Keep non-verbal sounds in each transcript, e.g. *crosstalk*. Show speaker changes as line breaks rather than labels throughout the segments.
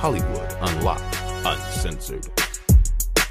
Hollywood Unlocked Uncensored.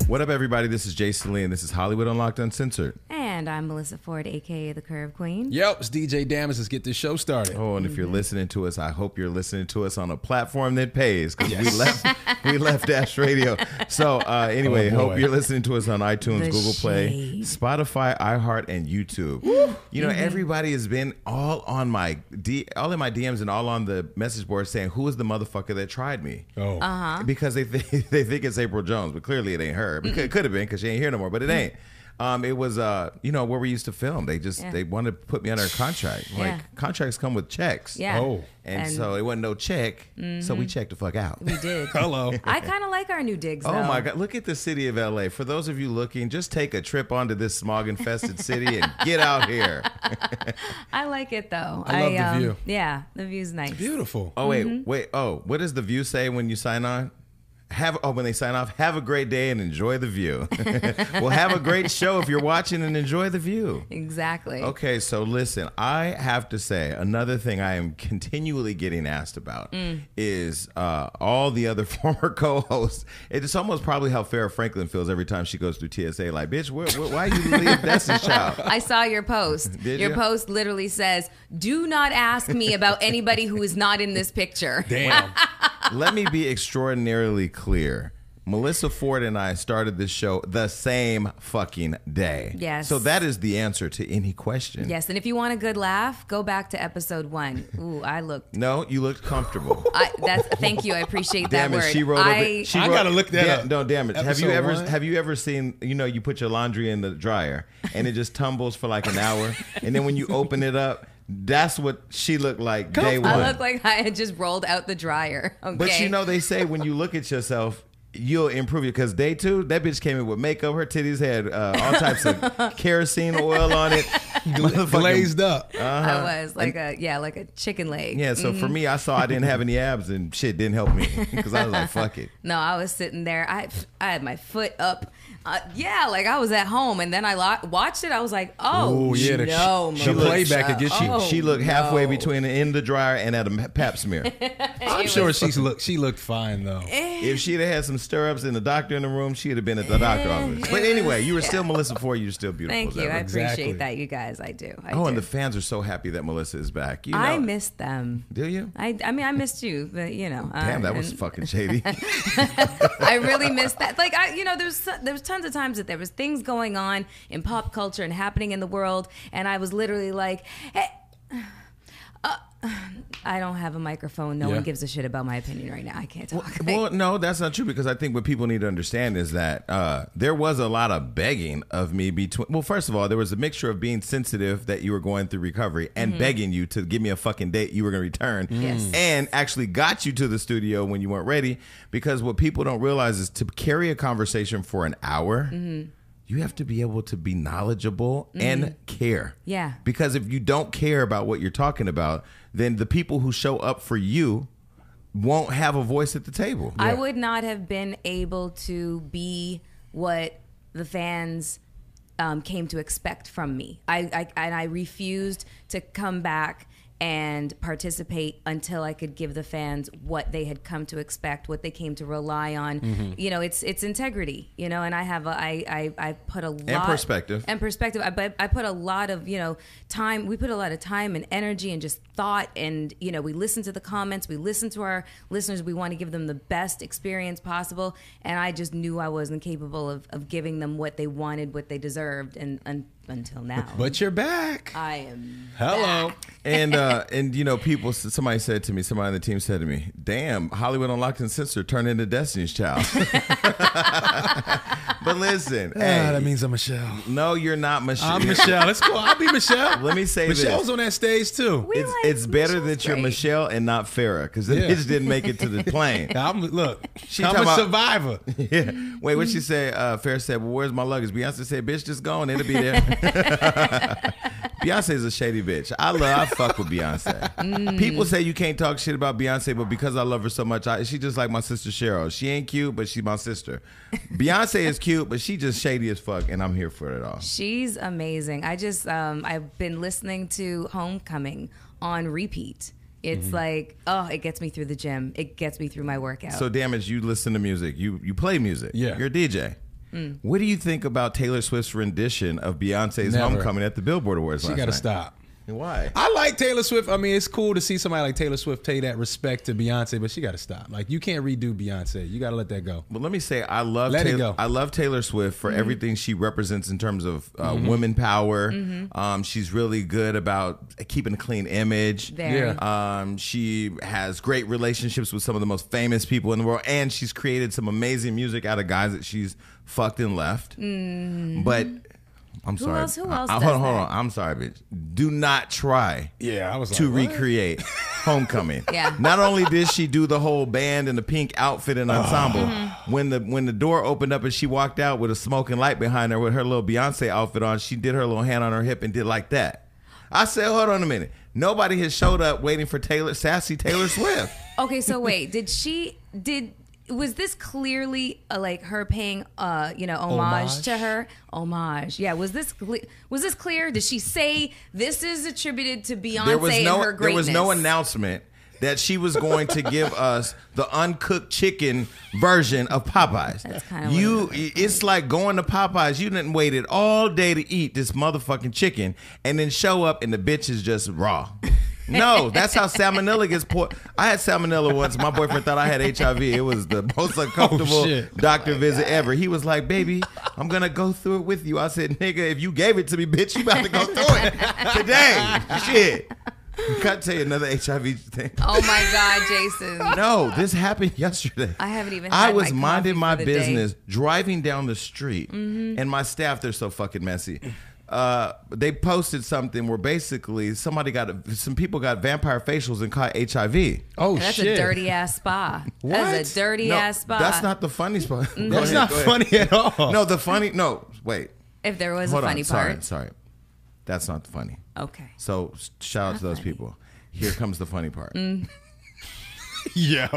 What up, everybody? This is Jason Lee, and this is Hollywood Unlocked Uncensored.
And I'm Melissa Ford, aka the Curve Queen.
Yo, it's DJ Damas. Let's get this show started.
Oh, and if you're listening to us, I hope you're listening to us on a platform that pays because we left
*laughs*
we left Dash Radio. So uh, anyway,
Oh, boy.
hope you're listening to us on iTunes,
The
Google Play,
shade.
Spotify, iHeart, and YouTube. You know, everybody has been all on my D, all in my DMs and all on the message board saying, "Who is the motherfucker that tried me?"
Oh,
Uh-huh.
because they th- they think *laughs* it's April Jones, but clearly it ain't her. Because it could have been because she ain't here no more, but it ain't. Um, it was uh, you know, where we used to film. They just
Yeah.
they wanted to put me under a contract. Like
Yeah.
contracts come with checks.
Yeah.
Oh.
And,
And- Mm-hmm.
so it wasn't no check, so we checked the fuck out.
We
*laughs*
did.
hello.
I kind of like our new digs.
Oh
though.
my God! Look at the city of LA. For those of you looking, just take a trip onto this smog-infested city and get out here.
I like it though. um,
I love the view.
Yeah, the view's nice.
*laughs* Beautiful.
Oh wait, wait. Oh, what does the view say when you sign on? Have oh when they sign off, have a great day and enjoy the view. *laughs* well, have a great show if you're watching and enjoy the view.
Exactly.
Okay, so listen, I have to say another thing I am continually getting asked about is uh, all the other *laughs* former co-hosts. It's almost probably how Farrah Franklin feels every time she goes through TSA. Like, bitch, where, where, why you leave Destiny's Child?
I saw your post.
*laughs* Did
your
ya?
post literally says, "Do not ask
*laughs*
me about anybody who is not in this picture."
*laughs* Damn.
Let me be extraordinarily clear. Melissa Ford and I started this show the same fucking day.
Yes.
So that is the answer to any question.
Yes, and if you want a good laugh, go back to episode one. Ooh, I looked.
No, you looked comfortable.
I, that's thank you. I appreciate
damn
*laughs* that
it,
word.
she wrote.
I,
a, she
I
wrote-
gotta look that
Damn-
up.
No, damn it. have you
Episode
ever
one?
have you ever seen? You know, you put your laundry in the dryer and it just tumbles for like an hour, and then when you open it up, that's what she looked like day one.
I look like I had just rolled out the dryer. Okay.
But you know, they say when you look at yourself, you'll improve it. Because day two, that bitch came in with makeup. Her titties had uh, all types
*laughs*
of kerosene oil on it. Motherfucking-
Glazed up.
uh-huh.
I was like a yeah, like a chicken leg.
Yeah, so for me, I saw I didn't have any abs and shit didn't help me because I was like, fuck
*laughs*
it.
No, I was sitting there. I I had my foot up. Uh, yeah, like I was at home, and then I lo- watched it. I was like, oh,
Ooh, yeah, the-
no,
she- she
Melissa.
playback will get you.
Oh,
she looked halfway
no.
between in the dryer and at a pap smear.
I'm sure she's look. She looked fine though.
*laughs*
if she'd have had some stirrups and a doctor in the room, she'd have been at the doctor's office. But anyway, you were still Melissa Ford. You're still beautiful.
Thank
as
you.
ever.
I
Exactly.
appreciate that, you guys. I do. I
Oh,
do.
and the fans are so happy that Melissa is back. You know,
I missed them.
do you?
I, I mean, I missed you, but you know. uh,
Damn, that was
and
fucking shady.
*laughs* I really missed that. Like, I, you know, there was, so- there was tons of times that there was things going on in pop culture and happening in the world, and I was literally like, hey, uh, I don't have a microphone. No
Yeah.
one gives a shit about my opinion right now. I can't talk. *laughs*
well, no, that's not true because I think what people need to understand is that uh, there was a lot of begging of me between. Well, first of all, there was a mixture of being sensitive that you were going through recovery and begging you to give me a fucking date you were going to return,
Mm-hmm. Mm. Yes.
and actually got you to the studio when you weren't ready. Because what people don't realize is to carry a conversation for an hour.
Mm-hmm.
You have to be able to be knowledgeable and care.
Yeah.
Because if you don't care about what you're talking about, then the people who show up for you won't have a voice at the table.
I would not have been able to be what the fans um, came to expect from me. I, I and I refused to come back and participate until I could give the fans what they had come to expect, what they came to rely on. You know, it's it's integrity. You know, and I have a, I, I I put a lot
perspective.
and perspective. I, but I put a lot of you know time. We put a lot of time and energy and just thought, and you know, we listen to the comments. We listen to our listeners. We want to give them the best experience possible. And I just knew I wasn't capable of, of giving them what they wanted, what they deserved, and, un until now.
But you're back. Ah,
I am.
Hello.
and uh, and you know, people. Somebody said to me. Somebody on the team said to me, "Damn, Hollywood Unlocked and Censor turned into Destiny's Child." *laughs* but
*laughs*
listen,
Ah,
hey,
that means I'm *laughs* Michelle.
no, you're not Michelle.
I'm Michelle. It's cool. I'll be Michelle.
*laughs* Let me say this.
Michelle's on that stage too.
We
It's,
like-
it's better
Michelle's
that you're
great.
Michelle and not Farrah because the
Yeah.
bitch didn't make it to the plane.
I'm *laughs* look.
She
I'm
talking
a
about- *laughs*
survivor.
yeah. Wait, what she said? Uh, Farrah said, "Well, where's my luggage?" Beyonce said, "Bitch, just go and it'll be there." Beyonce's a shady bitch. I love, I fuck with Beyonce. People say you can't talk shit about Beyonce, but because I love her so much, I, she just like my sister Cheryl. She ain't cute, but she's my sister. Beyonce is cute, but she just shady as fuck, and I'm here for it all.
She's amazing. I just um, I've been listening to Homecoming on repeat. It's
Mm-hmm.
like, oh, it gets me through the gym. It gets me through my workout.
So damage, you listen to music. You you play music.
Yeah.
You're a DJ. What do you think about Taylor Swift's rendition of Beyonce's
Never.
homecoming at the Billboard Awards
She
last
got to
night?
stop.
Why?
I like Taylor Swift. I mean, it's cool to see somebody like Taylor Swift pay that respect to Beyonce, but she got to stop. Like, you can't redo Beyonce. You got to let that go.
But let me say, I love
Let it
Taylor,
go.
I love Taylor Swift
Mm-hmm.
for everything she represents in terms of uh,
Mm-hmm.
women power.
Mm-hmm.
Um, she's really good about keeping a clean image.
Very.
Yeah.
Um, she has great relationships with some of the most famous people in the world, and she's created some amazing music out of guys that she's fucked and left. But I'm sorry.
else- Mm-hmm. who else
I- I-
does
hold on, hold on.
that?
I'm sorry, bitch. Do not try
Yeah, I was
to recreate homecoming.
Yeah.
Not only did she do the whole band and the pink outfit
Oh.
and ensemble, when the when the door opened up and she walked out with a smoking light behind her with her little Beyonce outfit on, she did her little hand on her hip and did like that. I said, hold on a minute. Nobody has showed up waiting for Taylor sassy Taylor Swift.
Okay,
*laughs*
so wait, did she did was this clearly uh, like her paying uh you know homage,
Homage?
to her homage yeah was this cle was this clear did she say this is attributed to Beyonce
there was
and her
no there
greatness
was no announcement that she was going to give us the uncooked chicken version of Popeyes.
That's kinda what
you. It's like going to Popeyes. You didn't waited all day to eat this motherfucking chicken, and then show up and the bitch is just raw. No, that's how salmonella gets poor. I had salmonella once. My boyfriend thought I had HIV. It was the most uncomfortable
shit.
doctor visit ever. He was like, "Baby, I'm gonna go through it with you." I said, "Nigga, if you gave it to me, bitch, you about to go through *laughs* it today." Shit, can't tell you another HIV thing.
oh my god
*laughs*
Jason
No, this happened yesterday.
I haven't even
I
had
was
my
minding
coffee
my
for the day. Mm-hmm.
business, driving down the street, and my staff—they're so fucking messy. Uh, they posted something where basically somebody got some people got vampire facials and caught HIV.
Oh,
that's
shit.
a dirty ass spa that's
What?
a dirty
No,
ass Mm-hmm. spa
That's not the funny spot. Go
That's
ahead,
not
go ahead.
funny at all.
No, the funny. No, wait.
if there was
Hold
a
on.
funny
sorry,
part
sorry. That's not the funny.
okay
So s- shout out to those people. Here comes the funny part.
Mm.
*laughs*
Yo.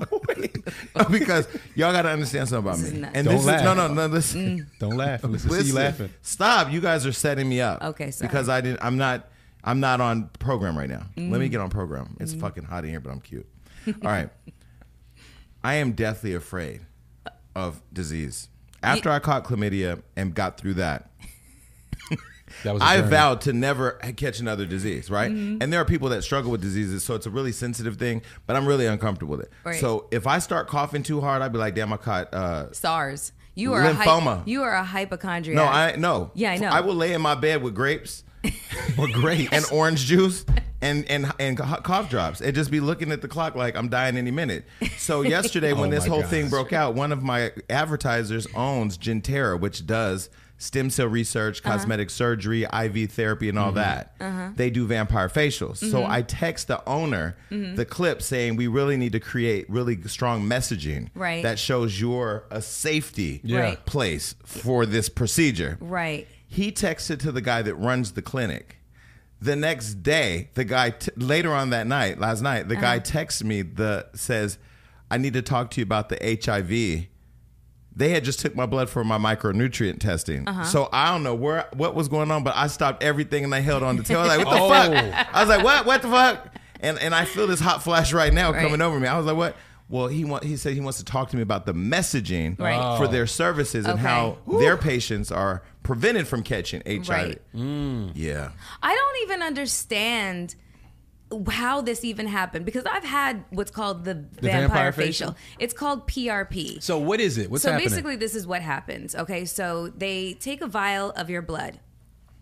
*laughs* because y'all got to understand something about
is
me.
nuts. Mm.
And
Don't
this is no,
laugh.
no, no. Listen,
Don't laugh. Let's
listen,
see you laughing.
Stop. You guys are setting me up.
Okay, sorry.
Because I didn't. I'm not. I'm not on program right now. Let me
Mm.
get on program. It's fucking hot in here, but I'm
*laughs*
cute. All right. I am deathly afraid of disease. After I caught chlamydia and got through that,
That was a
I
journey.
vowed to never catch another disease, right?
Mm-hmm.
And there are people that struggle with diseases, so it's a really sensitive thing, but I'm really uncomfortable with it.
Right.
So if I start coughing too hard, I'd be like, damn, I caught. Uh,
SARS you are a
Lymphoma.
hy- you are a hypochondriac
No, I no.
Yeah, I know.
I will lay in my bed with
*laughs*
grapes
Well, great.
and orange juice and and and co- cough drops and just be looking at the clock like I'm dying any minute.
*laughs*
So yesterday when
Oh
this
my
whole
gosh.
thing broke out, one of my advertisers owns Gentera, which does stem cell research,
Uh-huh.
cosmetic surgery, IV therapy, and all
Mm-hmm.
that. They do vampire facials. So
Mm-hmm.
I text the owner the clip saying we really need to create really strong messaging
Right.
that shows you're a safety
Yeah. Right.
place for this procedure.
right
He texted to the guy that runs the clinic. The next day, the guy t- later on that night, last night, the
Uh-huh.
guy texts me the says, "I need to talk to you about the HIV." They had just took my blood for my micronutrient testing,
Uh-huh.
so I don't know where what was going on, but I stopped everything and I held on to tell. Like, what the
*laughs*
Oh.
fuck? I was like, "What? What the fuck?" And and I feel this hot flash right now
Right.
coming over me. I was like, "What?" Well, he want, he said he wants to talk to me about the messaging
Right. Oh.
for their services and
Okay.
how their patients are prevented from catching HIV.
Right.
Yeah.
I don't even understand how this even happened because I've had what's called the, vampire,
vampire facial?
facial. It's called PRP.
so, what is it? What's
So
happening?
basically, this is what happens. Okay, so they take a vial of your blood,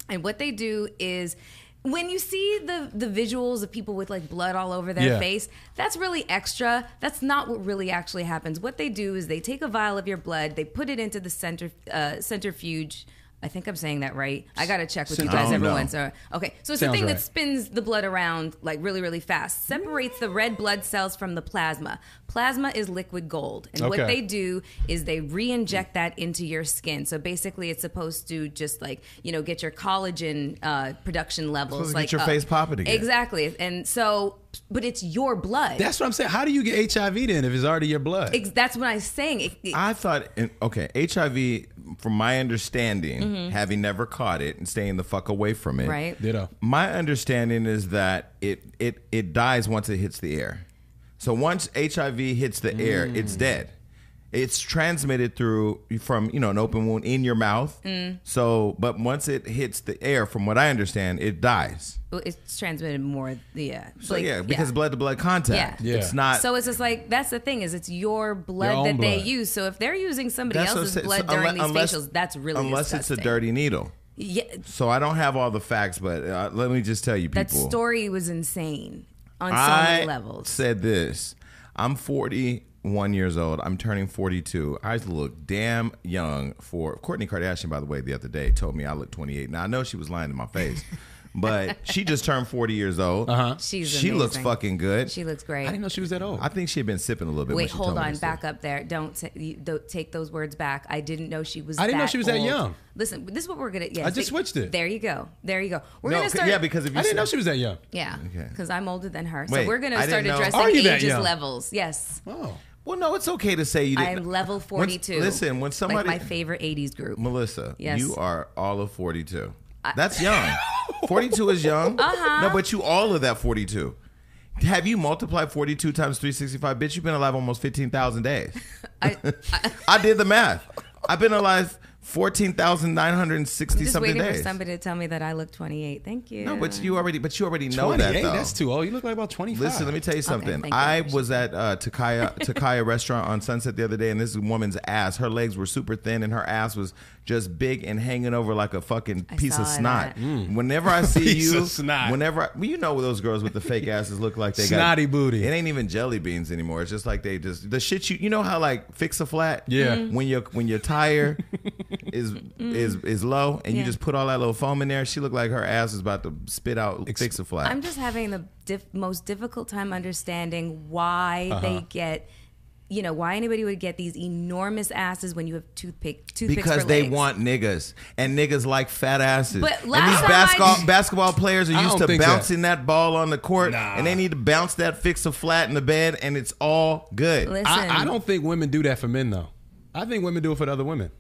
and what they do is. When you see the the visuals of people with like blood all over their
Yeah.
face, that's really extra. That's not what really actually happens. What they do is they take a vial of your blood, they put it into the center uh, centrifuge. I think I'm saying that right. I gotta check with you
I
guys
don't
every
know.
once. in a- Okay, so it's
Sounds
the thing
right.
that spins the blood around like really really fast, separates the red blood cells from the plasma. Plasma is liquid gold, and what
Okay.
they do is they re-inject that into your skin. So basically, it's supposed to just like you know get your collagen uh, production levels
supposed to
like
get your
up.
face popping again.
Exactly, and so but it's your blood.
That's what I'm saying. How do you get HIV then if it's already your blood?
Ex- that's what I'm saying. It- it-
I thought, and- okay, HIV from my understanding, having never caught it and staying the fuck away from it,
Mm-hmm. Right.
Ditto.
My understanding is that it it it dies once it hits the air. So once HIV hits the air, it's dead. It's transmitted through from you know an open wound in your mouth.
Mm.
So, but once it hits the air, from what I understand, it dies.
Well, It's transmitted more. Yeah.
So yeah, because blood to blood contact.
Yeah.
Yeah.
It's not
So it's just like that's the thing is it's your blood
Your own
that they
blood.
use. So if they're using somebody
what I'm
else's
saying.
blood
So
during
unle-
these facials, that's really
unless it's a
disgusting.
dirty needle.
Yeah,
So I don't have all the facts, but uh, let me just tell you, people.
that story was insane on so
I
many levels.
said this. I'm 41 years old. I'm turning 42. I look damn young for Courtney Kardashian. By the way, the other day told me I look 28. Now I know she was lying to my
*laughs*
face, but she just turned 40 years old. Uh-huh.
She's
she looks
amazing.
fucking good.
She looks
I
great.
didn't know she was that old.
I think she had been sipping a little bit. when
Wait,
she
hold
told me
on,
this
back up there. Don't, say, you, don't take those words back. I didn't know she was.
I didn't know
that
she was that
old.
young.
Listen, this is what we're gonna. Yeah,
I just
th-
switched it.
There you go. There you go. We're
No,
gonna
'cause-
start.
yeah, because if you
I didn't know
said-
she was that young.
yeah,
Okay.
because I'm older than her. So
Wait,
we're gonna
I
start
didn't know-
addressing
Are you that
ages
young?
levels. Yes,
Oh.
Well, no, it's okay to say you didn't.
I'm level
Once-
42.
listen, when somebody
like my favorite 80s group.
Melissa,
Yes.
you are all of 42. That's
*laughs*
young. 42 is young. Uh-huh. No, but you all of that 42. Have you multiplied 42 times 365? Bitch, you've been alive almost 15,000
*laughs*
days. *laughs*
I, I,
I did the math. I've been alive 14,960
I'm just
something
waiting
days.
for somebody to tell me that I look 28. Thank you.
no, but you already but you already know that
28?
though.
That's too old. You look like about 25.
Listen, let me
Oh,
tell you something.
thank you.
I was at uh,
*laughs*
Takaya Takaya restaurant on Sunset the other day, and this woman's ass, her legs were super thin, and her ass was just big and hanging over like a fucking
I
piece of
saw
snot.
that.
Whenever
*laughs*
I see
Mm. Piece
you,
of snot.
whenever I, well, you know what those girls with the fake
*laughs*
asses look like, they
Snotty
got,
booty.
It ain't even jelly beans anymore. It's just like they just the shit you you know how like fix a flat.
Yeah. Mm. Mhm.
When your when your
*laughs*
tire is is is low, and you
Yeah.
just put all that little foam in there. She looked like her ass is about to spit out fix a flat.
I'm just having the diff- most difficult time understanding why
Uh-huh.
they get, you know, why anybody would get these enormous asses when you have toothpick toothpicks
Because
for
they
legs.
want niggas, and niggas like fat asses.
But
and
last
these
time
basketball
I-
basketball players are
I
used
don't
to
think so.
bouncing that ball on the court,
Nah.
and they need to bounce that fixer flat in the bed, and it's all good.
Listen,
I, I don't think women do that for men though. I think women do it for the other women.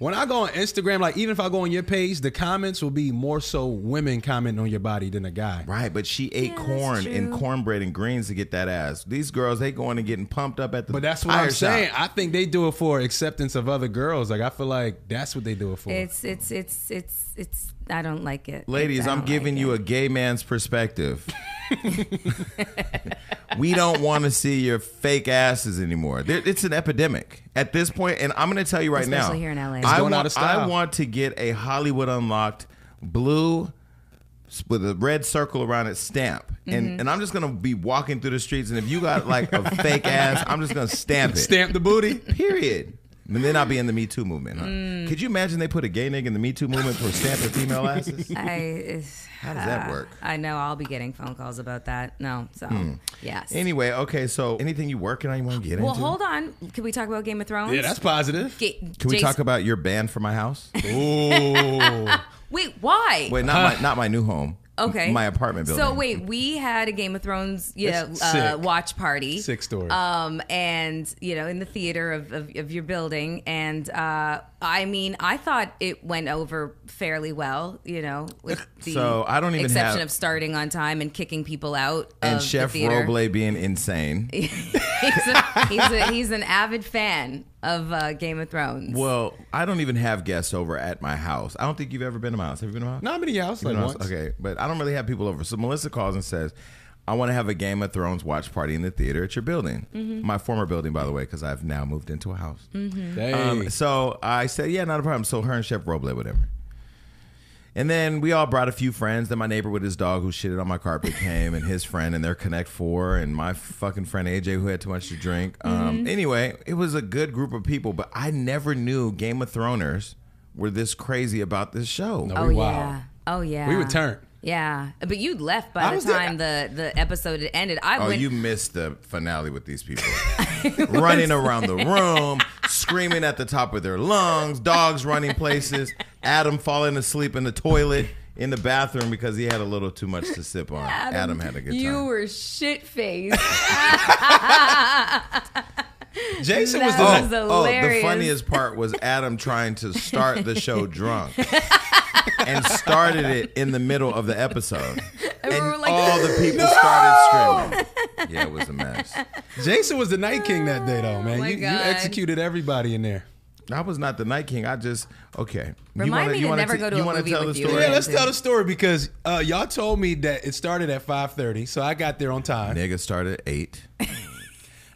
When I go on Instagram, like even if I go on your page, the comments will be more so women commenting on your body than a guy.
Right, but she ate
Yeah, that's
corn and
true.
cornbread and greens to get that ass. These girls, they going and getting pumped up at the.
But that's what I'm
tire shop.
saying. I think they do it for acceptance of other girls. Like I feel like that's what they do it for.
It's it's it's it's it's. I don't like it.
Ladies,
I
I'm
don't
giving
like
you
it.
a gay man's perspective. *laughs* we don't want to see your fake asses anymore. There- It's an epidemic at this point, and I'm going to tell you right
Especially
now.
here in LA. It's
I,
going
want,
out of style.
I want to get a Hollywood Unlocked blue s- with a red circle around it stamp. And,
Mm-hmm.
and I'm just gonna be walking through the streets, and if you got like a
*laughs*
fake ass, I'm just gonna stamp it.
Stamp
*laughs*
the booty.
Period. And then I'll be in the Me Too movement. Huh?
Mm.
Could you imagine they put a gay nigga in the Me Too movement for stamping female asses?
I, it's-
How does
Ah.
that work?
I know I'll be getting phone calls about that. No, so
Hmm.
yes.
Anyway, okay, so anything you working on you want to get
well,
into?
hold on. Can we talk about Game of Thrones?
Yeah, that's positive.
Ga-
Can we
Jason-
talk about your band for my
*laughs*
house?
*laughs* Ooh.
Wait, why?
Wait, not my not my new home.
Okay.
My apartment building.
So wait, we had a Game of Thrones, you know,
That's
uh,
sick.
watch party.
Sick story.
Um, and you know, in the theater of, of, of your building, and uh, I mean, I thought it went over fairly well. You know,
*laughs*
with the
So, I don't even
exception
have-
of starting on time and kicking people out.
And
of
Chef
um, the theater. *laughs*
Roble being insane.
he's, a, he's, a, he's an avid fan of uh, Game of Thrones.
Well, I don't even have guests over at my house. I don't think you've ever been to my house. Have you been to my house?
Not many house
You've
like
been to my
once.
house? Okay, but I don't really have people over. So Melissa calls and says, "I want to have a Game of Thrones watch party in the theater at your building,
Mm-hmm.
my former building, by the way, because I've now moved into a house."
Dang.
Um, so I said, yeah, not a problem. So her and Chef Roble, whatever. And then we all brought a few friends. Then my neighbor with his dog who shitted on my carpet came, and his friend, and their Connect Four, and my fucking friend AJ who had too much to drink. Um, Anyway, it was a good group of people, but I never knew Game of Throners were this crazy about this show.
No.
Oh
We wild.
yeah. Oh yeah.
We returned.
Yeah, but you left
I
by the
was there.
time the the episode had ended. I
Oh,
went.
you missed the finale with these
*laughs*
people *laughs* running around the room, screaming at the top of their lungs, dogs running places, Adam falling asleep in the toilet in the bathroom because he had a little too much to sip on. Adam, had a good
You
time.
were shit faced.
Jason was
That
the
was
oh, the
hilarious.
funniest part was Adam trying to start the
*laughs*
show drunk. and started it in the middle of the episode. And,
we were like,
all the
*laughs*
people started screaming. Yeah, it was a mess.
Jason was the Night King that day though, man.
my
you, you
God.
executed everybody in there.
I was not the Night King. I just okay.
Remind me to never go to a
wanna
movie with you.
Yeah,
Story.
let's tell the story because uh, y'all told me that it started at 5:30, so I got there on time.
Nigga started at eight.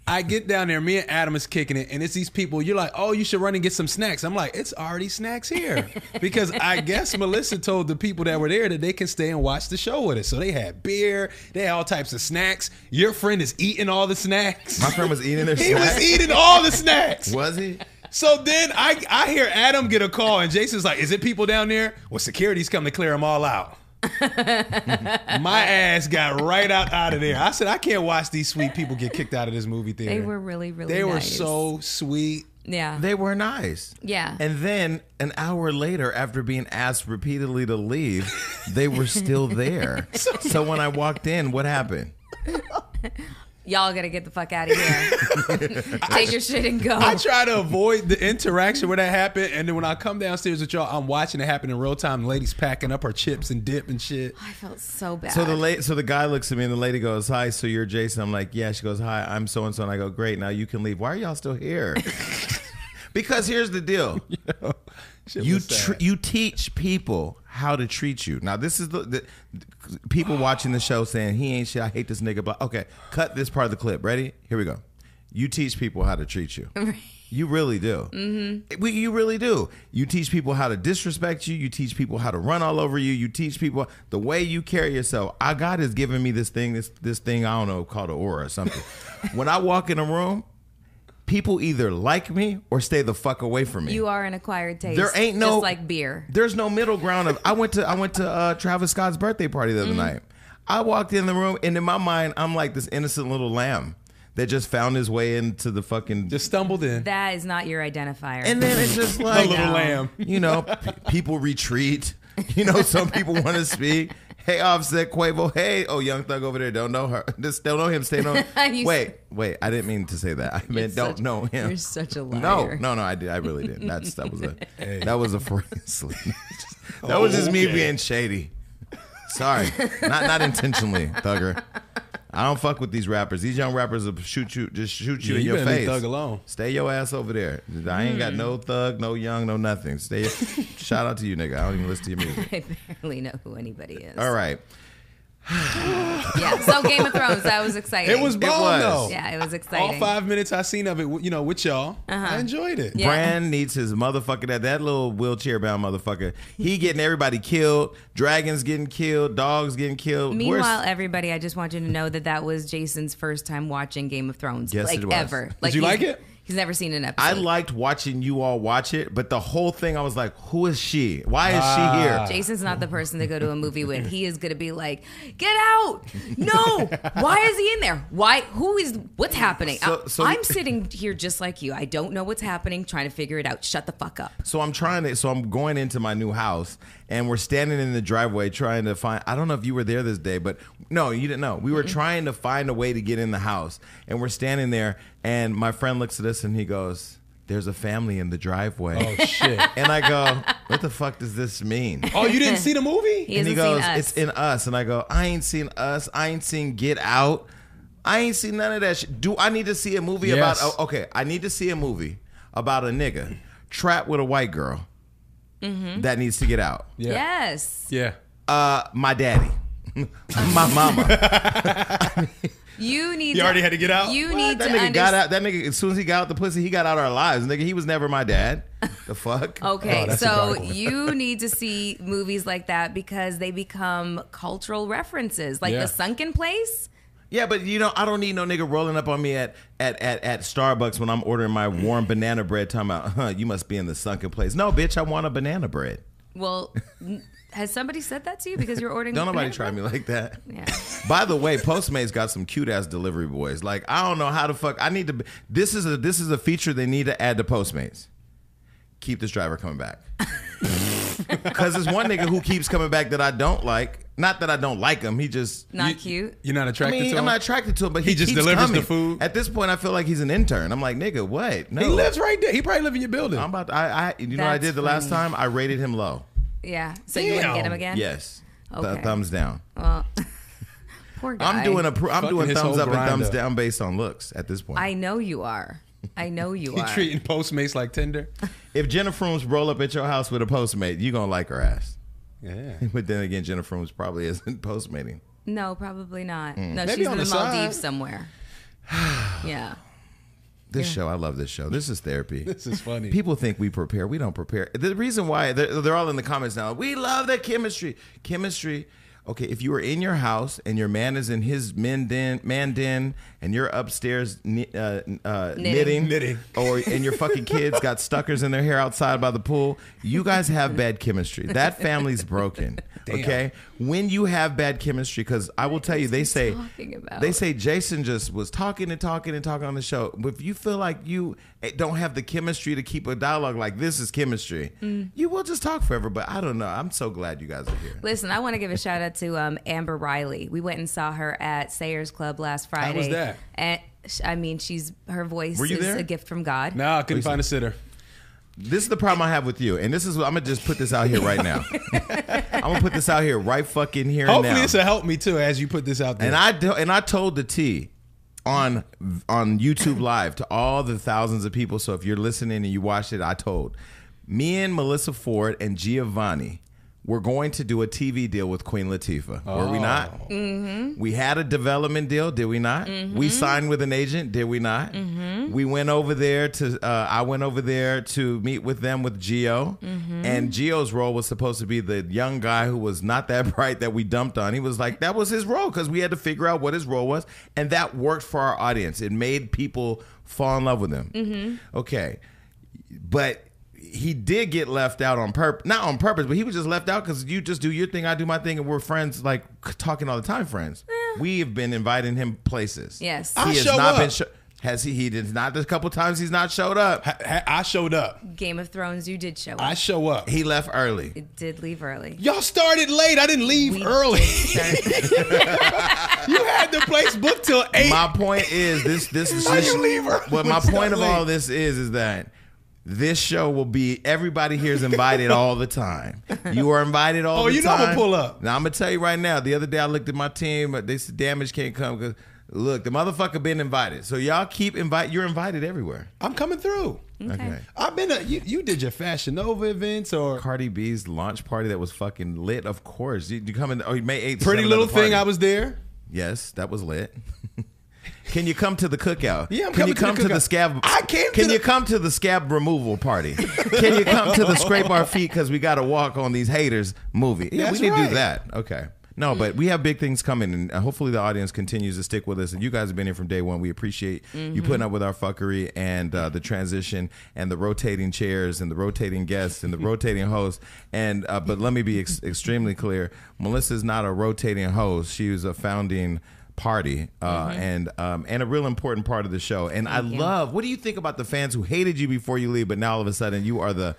I get down there, me and Adam is kicking it, and it's these people. You're like, oh, you should run and get some snacks. I'm like, it's already
*laughs*
snacks here. because I guess Melissa told the people that were there that they can stay and watch the show with us. So they had beer, they had all types of snacks. Your friend is eating all the snacks.
My friend was eating
*laughs*
their
*laughs* he
*laughs*
was
snacks.
eating all the snacks.
Was he?
So then I, I hear Adam get a call, and Jason's like, is it people down there? Well, security's come to clear them
*laughs*
all out. My ass got right out out of there. I said, I can't watch these sweet people get kicked out of this movie
*laughs*
theater.
They were really, really
They were
nice.
so sweet.
Yeah.
They were nice.
Yeah.
And then an hour later, after being asked repeatedly to leave, they were still
*laughs*
there. so when I walked in, what happened?
Y'all gotta get the fuck out of here.
*laughs*
*laughs* Take your shit and go.
I try to avoid the interaction where that happened, and then when I come downstairs with y'all, I'm watching it happen in real time. The lady's packing up her chips and dip and shit.
I felt so bad.
So the la- so the guy looks at me and the lady goes, "Hi, so you're Jason." I'm like, "Yeah." She goes, "Hi, I'm so and so." And I go, "Great, now you can leave." Why are y'all still here? *laughs* because here's the deal:
Shit
you
was sad.
tr- you teach people how to treat you. Now this is the, the people watching the show saying he ain't shit. I hate this nigga. But okay, cut this part of the clip. Ready? Here we go. You teach people how to treat you. You really do. Mm-hmm. We, you really do. You teach people how to disrespect you. You teach people how to run all over you. You teach people the way you carry yourself. I God has given me this thing. This this thing I don't know called an aura or something. when I walk in a room. People either like me or stay the fuck away from me.
you are an acquired taste.
There ain't no
just like beer.
There's no middle ground of I went to I went to uh, Travis Scott's birthday party the other
Mm-hmm.
night. I walked in the room and in my mind I'm like this innocent little lamb that just found his way into the fucking
Just stumbled in.
That is not your identifier.
and then it's just
*laughs* a
like
little lamb.
you
*laughs*
know p- people retreat. You know some people *laughs* want to speak. Hey Offset Quavo. Hey oh Young Thug over there. Don't know her. Just don't know him. Stay on.
*laughs* You-
wait wait. I didn't mean to say that. I meant don't
such-
know him.
you're such a
No,
liar.
no, no, I did. I really did. That's that
*laughs*
was a that was a *laughs* phrase. that was just me
Okay.
being shady. Sorry, not not intentionally, thugger. I don't fuck with these rappers. These young rappers will shoot you, just shoot you
Yeah,
in
you
your
better leave
face.
Thug alone. Hmm.
Stay your ass over there. I ain't got no thug, no young, no nothing. Stay.
*laughs*
shout out to you, nigga. I don't even listen to your music.
*laughs* I barely know who anybody is.
All right.
Yeah. So Game of Thrones, that was exciting.
It was bomb
was.
though.
Yeah, it was
All
exciting.
five minutes I seen of it, you know, with y'all, I enjoyed it.
Yeah.
Brand needs his motherfucker that that little wheelchair bound motherfucker. He getting everybody killed. Dragons getting killed. Dogs getting killed. We're-
Meanwhile, everybody, I just want you to know that that was Jason's first time watching Game of Thrones.
Yes,
like
it was.
ever.
Did
you
he's-
like it?
He's never seen an episode.
I liked watching you all watch it, but the whole thing I was like, who is she? Why is she here?
Jason's not the person to go to a movie with. He is going to be like, "Get
*laughs*
out! No! Why is he in there? Why? Who is? What's happening?
So- so-
I, am sitting here just like you. I don't know what's happening. Trying to figure it out. Shut the fuck up.
So I'm trying to. So I'm going into my new house, and we're standing in the driveway trying to find. I don't know if you were there this day, but no, you didn't know. We were trying to find a way to get in the house, and we're standing there, and my friend looks at us and he goes, "There's a family in the driveway,"
Oh shit!
and I go, "What the fuck does this mean?"
oh, you didn't see the movie?
He
and he
hasn't
goes,
seen us.
"It's in us," and I go, "I ain't seen us. I ain't seen Get Out. I ain't seen none of that. shit. Do I need to see a movie
Yes.
about? Oh, okay, I need to see a movie about a nigga trapped with a white girl
Mm-hmm.
that needs to get out.
Yeah.
Yes,
Yeah.
Uh, my daddy, *laughs* my mama.
you need.
You
to,
already had to get out?
You *laughs*
What?
need
that
to
nigga got
understand.
out. That nigga, as soon as he got out the pussy, he got out our lives. Nigga, he was never my dad. The
*laughs*
fuck.
Okay,
Oh, that's a
so
dark one.
you need to see movies like that because they become cultural references, like
Yeah.
The Sunken Place.
Yeah, but you know, I don't need no nigga rolling up on me at at at, at Starbucks when I'm ordering my warm banana bread. Talking about, huh? You must be in the sunken place. No, bitch, I want a banana bread.
Well, n- has somebody said that to you because you're
*laughs*
ordering?
Don't nobody
banana
try me like that.
bread? Yeah.
*laughs* By the way, Postmates got some cute ass delivery boys. Like I don't know how the fuck I need to. be- This is a *laughs* this is a feature they need to add to Postmates. Keep this driver coming back. Because there's one nigga who keeps coming back that I don't like. Not that I don't like him. He just.
Not
You-
cute.
You're not
I
attracted
mean,
to him.
I'm not attracted to him, but he,
He just
keeps
delivers the
coming.
food?
At this point, I feel like he's an intern. I'm like, nigga, what? No,
he lives right there. He probably live in your building.
I'm about. To, I, I, you know, what I
That's
did the last
funny.
time. I rated him low.
Yeah. So you
Damn.
wouldn't get him again?
Yes, Th-
Okay.
thumbs down.
*laughs* Poor guy.
I'm doing a. Pr- I'm
Fucking
doing
his
thumbs
whole
up and
grind
thumbs
up.
down based on looks at this point.
I know you are. I know you
you
are.
treating *laughs* Postmates like Tinder.
if Jenna Frooms roll up at your house with a Postmate, you gonna like her ass.
Yeah.
But then again, Jenna Frooms probably isn't *laughs* Postmating.
No, probably not. No,
Maybe
she's
on
in the,
the side.
Maldives somewhere. yeah.
This show, I love this show. This is therapy.
This is funny.
People think we prepare. We don't prepare. The reason why they're, they're all in the comments now. We love the chemistry. Chemistry. Okay, if you are in your house and your man is in his men den, man den, and you're upstairs kni- uh, uh, knitting,
Knitting.
or and your fucking kids
*laughs*
got stuckers in their hair outside by the pool, you guys have bad chemistry. That family's
*laughs*
broken. Okay, when you have bad chemistry, because I will tell you, they say
talking about?
they say Jason just was talking and talking and talking on the show. But if you feel like you eh, don't have the chemistry to keep a dialogue like this is chemistry,
Mm.
you will just talk forever. But I don't know. I'm so glad you guys are here.
Listen, I want to give a shout out to um, Amber Riley. We went and saw her at Sayers Club last Friday.
was that?
And sh- I mean, she's her voice
Were you
is
there?
a gift from God.
Nah, I couldn't find a sitter.
This is the problem I have with you, and this is what I'm gonna just put this out here right now. *laughs* I'm gonna put this out here right fucking here
Hopefully,
now.
this will help me too as you put this out there.
And I do, and I told the T on on YouTube Live to all the thousands of people. So if you're listening and you watched it, I told me and Melissa Ford and Giovanni. We're going to do a TV deal with Queen Latifah. Were we not? Mm-hmm. We had a development deal, did we not? We signed with an agent, did we not? We went over there to, uh, I went over there to meet with them with Geo. And Geo's role was supposed to be the young guy who was not that *laughs* bright that we dumped on. He was like, that was his role because we had to figure out what his role was. And that worked for our audience. It made people fall in love with him. Okay. But he did get left out on purpose. Not on purpose, but he was just left out because you just do your thing, I do my thing, and we're friends, like c- talking all the time, friends. We have been inviting him places.
Yes.
He
I
has
show
not
up.
been. Sho- has he? He did not. The couple times he's not showed up.
I, I- I showed up.
Game of Thrones, you did show up.
I show up.
He left early.
it did leave early.
Y'all started late. I didn't leave
We
early.
did start-
*laughs* you had the place booked till eight.
My point is this. This is.
How you leave early
But
when
my
*laughs* you start
point of all
late?
this is is that. This show will be everybody here is invited all the time. You are invited all
Oh,
the
you know
time.
I'ma pull up.
Now I'm gonna tell you right now. The other day I looked at my team. They said damage can't come because look, the motherfucker been invited. So y'all keep invite. You're invited everywhere.
I'm coming through.
okay.
I've been. A, you, you did your Fashion Nova events or
Cardi B's launch party that was fucking lit. Of course, you, you come in. Oh, May eighth.
Pretty Little Thing. I was there.
Yes, that was lit. *laughs* Can you come to the cookout?
Yeah, I'm
Can you come
coming to
to
the
the scab?
cookout. I came
Can
to
you
the-
come to the scab removal party? Can you come to the scrape our feet because we got to walk on these haters movie? Yeah,
That's
we need to
right.
do that. Okay. No, but we have big things coming, and uh, hopefully the audience continues to stick with us. And you guys have been here from day one. We appreciate you putting up with our fuckery and uh, the transition, and the rotating chairs, and the rotating guests, and the rotating *laughs* hosts. And uh, but let me be ex- extremely clear: Melissa's not a rotating host. She was a founding party uh,
Mm-hmm.
and um, and a real important part of the show. And I love. What do you think about the fans who hated you before you leave, but now all of a sudden you are the.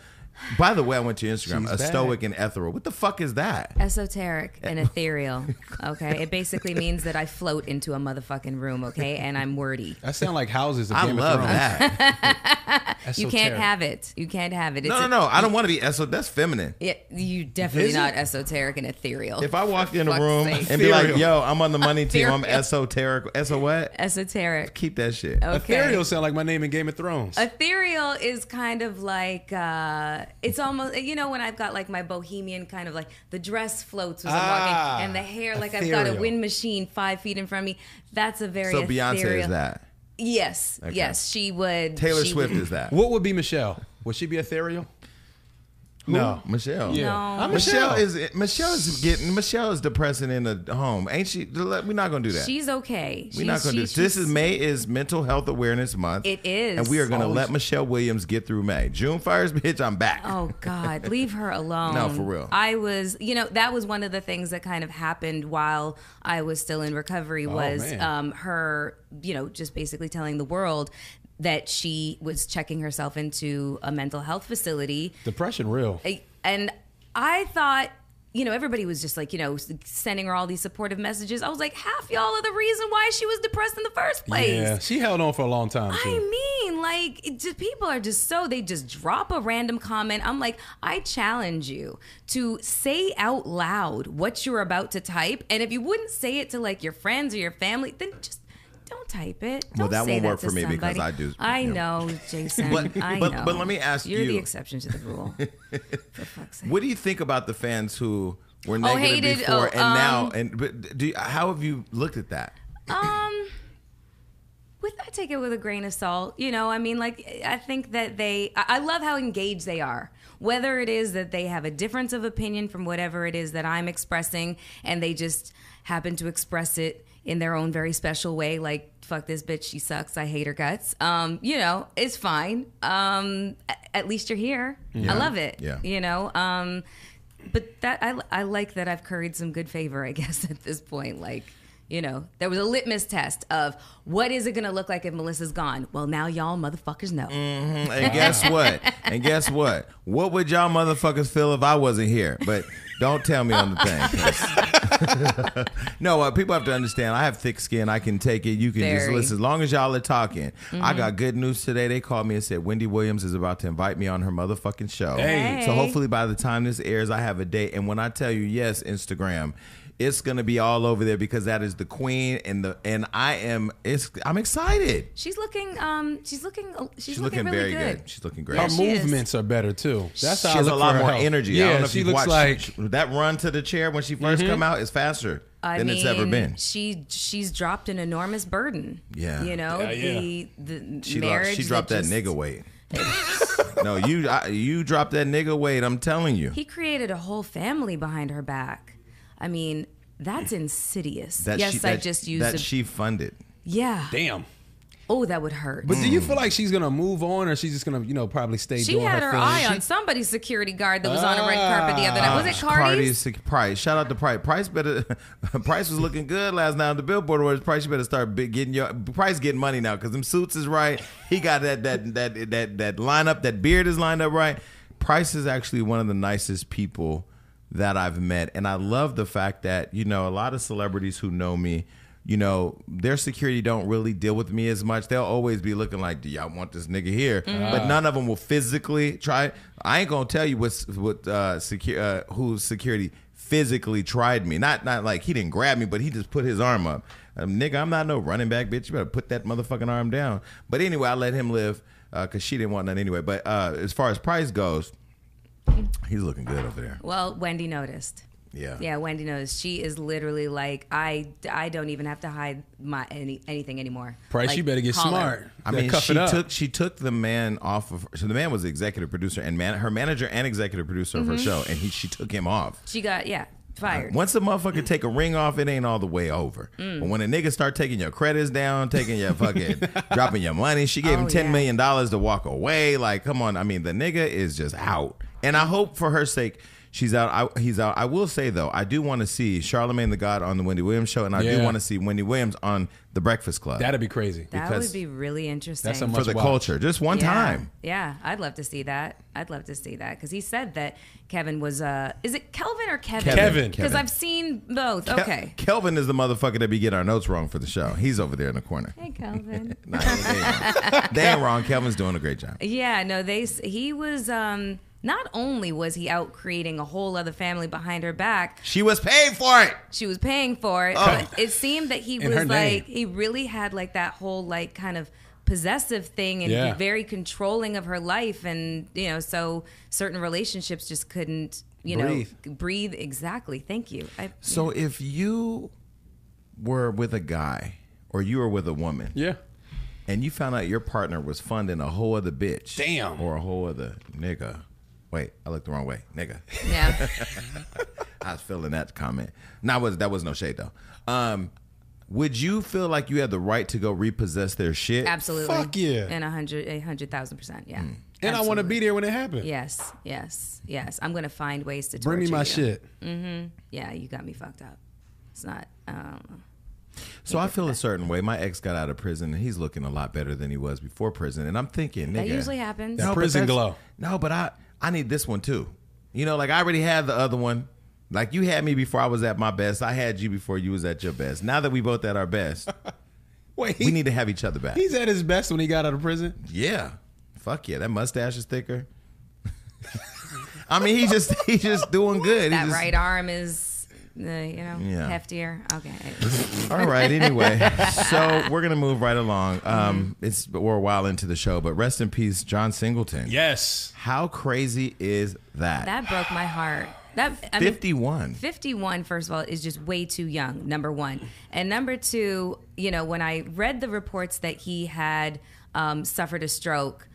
By the way, I went to your Instagram.
She's
a
back.
stoic and ethereal. What the fuck is that?
Esoteric
*laughs*
and ethereal. Okay. It basically means that I float into a motherfucking room, okay? And I'm wordy.
That sound like houses. Of
I
Game
love
of Thrones.
that.
That's
You
so
can't
terrible.
have it. You can't have it.
*laughs*
It's
No, no, no. I don't want to be eso. That's
*laughs*
feminine.
Yeah, you definitely
Is it?
not esoteric and ethereal.
If I walked in a
Fuck's
room
sake.
and be like,
Ethereal.
"Yo, I'm on the
*laughs*
money team. I'm
Ethereal.
esoteric. Eso what?
esoteric.
Keep that shit."
Okay.
Ethereal sound like my name in Game of Thrones.
Uh, Ethereal is kind of like uh, it's almost you know when I've got like my bohemian kind of like the dress floats as I'm
Ah,
walking and the hair like I've got a
ethereal.
wind machine five feet in front of me. That's a very
So Beyonce is
ethereal-
that.
Yes,
Okay.
yes, she would.
Taylor
she
Swift
would-
is that.
what would be Michelle? Would she be ethereal? No.
Michelle. Uh,
Yeah.
No.
I'm
Michelle is Michelle is getting Michelle is depressing in a home, ain't she? We're not gonna do that.
She's okay.
We're not
She's-
going to do
she's-
This is May is Mental Health Awareness Month.
It is.
and we are going to
Always-
let Michelle Williams get through May. June first, *laughs* bitch, I'm back.
Oh God, leave her alone.
No, for real.
I was, you know, that was one of the things that kind of happened while I was still in recovery
Oh,
was
man.
um, her, you know, just basically telling the world that she was checking herself into a mental health facility,
Depression real.
I- and. I thought, you know, everybody was just like, you know, s- sending her all these supportive messages. I was like, half y'all are the reason why she was depressed in the first place.
Yeah, she held on for a long time too.
I mean, like, it just, people are just so, they just drop a random comment. I'm like, I challenge you to say out loud what you're about to type. And if you wouldn't say it to like your friends or your family, then just don't type it.
Well,
Don't
that
say
won't work
to
for me because
somebody.
I do-
I
you
know, Jason.
*laughs* But-
I
but-
know.
but let me ask
you're
you-
the exception to the rule. For fuck's sake.
What do you think about the fans who were
Oh,
negative
hated,
before
oh,
and now? And but do you, how have you looked at that?
Um, with I take it with a grain of salt. You know, I mean, like I think that they. I I love how engaged they are. Whether it is that they have a difference of opinion from whatever it is that I'm expressing, and they just happen to express it in their own very special way, like "fuck this bitch, she sucks, I hate her guts." Um, you know, it's fine. Um, a- at least you're here. I love it.
Yeah.
you know. Um, but that I, I like that I've curried some good favor, I *laughs* guess, at this point. Like, you know, there was a litmus test of what is it going to look like if Melissa's gone. Well, now y'all motherfuckers know.
Mm. And guess what? And guess what? What would y'all motherfuckers feel if I wasn't here? But don't tell me on the thing. 'cause- *laughs* no, uh, people have to understand. I have thick skin. I can take it. You can just
Very. Mm-hmm.
listen. As long as y'all are talking, I got good news today. They called me and said Wendy Williams is about to invite me on her motherfucking show.
Hey.
So
Hey.
hopefully by the time this airs, I have a date. And when I tell you yes, Instagram. It's gonna be all over there because that is the queen and the and I am it's I'm excited.
She's looking, um, she's looking, she's,
She's looking,
really
very
good.
good. She's looking great.
Her
she is.
movements are better too. That's how
she
I
has
look
a lot
for her
more
health.
energy.
Yeah,
I don't know if
she
you've
looks
watched
like Mm-hmm.
she- that run to the chair when she 1st come out is faster
I
than
mean,
it's ever been.
She she's dropped an enormous burden.
Yeah.
you know
Yeah, yeah.
the the
She, lo-
marriage.
she dropped that,
just-
nigga
*laughs*
weight. no, you I, you dropped that nigga weight. I'm telling you.
He created a whole family behind her back. I mean, that's insidious.
That
yes,
she,
I
that-
just used.
that
a,
she funded.
yeah.
damn. Hmm.
Oh, that would hurt.
But do you feel like she's gonna move on, or she's just gonna, you know, probably stay?
She
doing
had her
thing?
eye
She- Ah,
on somebody's security guard that was on a red carpet the other night. Was it Cardi's?
Cardi's Price. Shout out to Price. Price better. *laughs* Price was looking good last night on the Billboard Awards. Price, you better start big- getting your Price getting money now because them suits is right. He got that that that that that lineup. That beard is lined up right. Price is actually one of the nicest people that I've met, and I love the fact that you know a lot of celebrities who know me. You know, their security don't really deal with me as much. They'll always be looking like, "Do y'all want this nigga here?" But none of them will physically try. I ain't gonna tell you what's what uh, secu- uh whose security physically tried me. Not not like he didn't grab me, but he just put his arm up. Um, nigga, I'm not no running back, bitch. You better put that motherfucking arm down. But anyway, I let him live because she didn't want none anyway. But uh, as far as price goes, he's looking good over there.
Well, Wendy noticed.
Yeah.
Yeah, Wendy noticed. She is literally like, I, I don't even have to hide my any, anything anymore.
Price,
Like,
you better get
holler.
smart.
I
Better
mean,
cuff
she
it up.
took she took the man off of. So the man was the executive producer and man, her manager and executive producer of her
Mm-hmm.
show, and he she took him off.
She got yeah fired.
Once a motherfucker take a ring off, it ain't all the way over.
Mm.
But when a nigga start taking your credits down, taking your
*laughs*
fucking dropping your money, she gave him
Oh,
ten
yeah.
million dollars to walk away. Like, come on, I mean, the nigga is just out. And I hope for her sake, she's out. I, he's out. I will say though, I do want to see Charlemagne the God on the Wendy Williams show, and I do
Yeah.
want to see Wendy Williams on the Breakfast Club
That'd be crazy.
that
because-
would be really interesting.
That's a
for the
Wow.
culture, just one
Yeah.
time.
Yeah, I'd love to see that. I'd love to see that because he said that Kevin was. Uh, is it Kelvin or Kevin?
Kevin.
Because I've seen both.
Kel-
Okay.
Kelvin is the motherfucker that be getting our notes wrong for the show. He's over there in the corner.
Hey, Kelvin.
Nah, they ain't
*laughs*
wrong. they ain't wrong. Kelvin's doing a great job.
Yeah, no, they s- he was um not only was he out creating a whole other family behind her back,
She was paid for it.
she was paying for it, but it seemed that he
Oh. In
was
her
like
name.
he really had like that whole like kind of possessive thing and
Yeah.
very controlling of her life and you know, so certain relationships just couldn't, you
Breathe.
know, breathe exactly. Thank you. I,
So if you were with a guy or you were with a woman
Yeah.
and you found out your partner was funding a whole other bitch.
Damn.
Or a whole other nigga. Wait, I looked the wrong way. Nigga.
yeah.
*laughs*
I was feeling that comment. No, I was that was no shade though. Um, would you feel like you had the right to go repossess their shit?
Absolutely.
Fuck yeah. Hmm.
And a hundred a hundred thousand percent. Yeah.
And I want to
Absolutely.
be there when it happens.
Yes, yes, yes. I'm gonna find ways to
Bring me
torture
my
you.
shit.
Yeah, you got me fucked up. It's not. Um,
So I feel a certain way. My ex got out of prison and he's looking a lot better than he was before prison. And I'm thinking, nigga,
that usually happens.
No.
but
Prison
that's-
glow.
No, but I I need this one too. You know, like I already had the other one. Like you had me before I was at my best. I had you before you was at your best. Now that we both at our best,
Wait,
we
he,
need to have each other back.
he's at his best when he got out of prison.
Yeah. Fuck yeah. That mustache is thicker. *laughs* I mean, he just he just doing good. He
That
just-
right arm is, uh, you know,
Yeah.
heftier. Okay.
All right.
*laughs*
Anyway, so we're gonna move right along. Um,
Mm-hmm.
it's we're a while into the show, but rest in peace, John Singleton.
Yes.
How crazy is that?
That broke my heart. That I mean,
Fifty-one.
51 first of all is just way too young number one and number two you know when i read the reports that he had um, suffered a stroke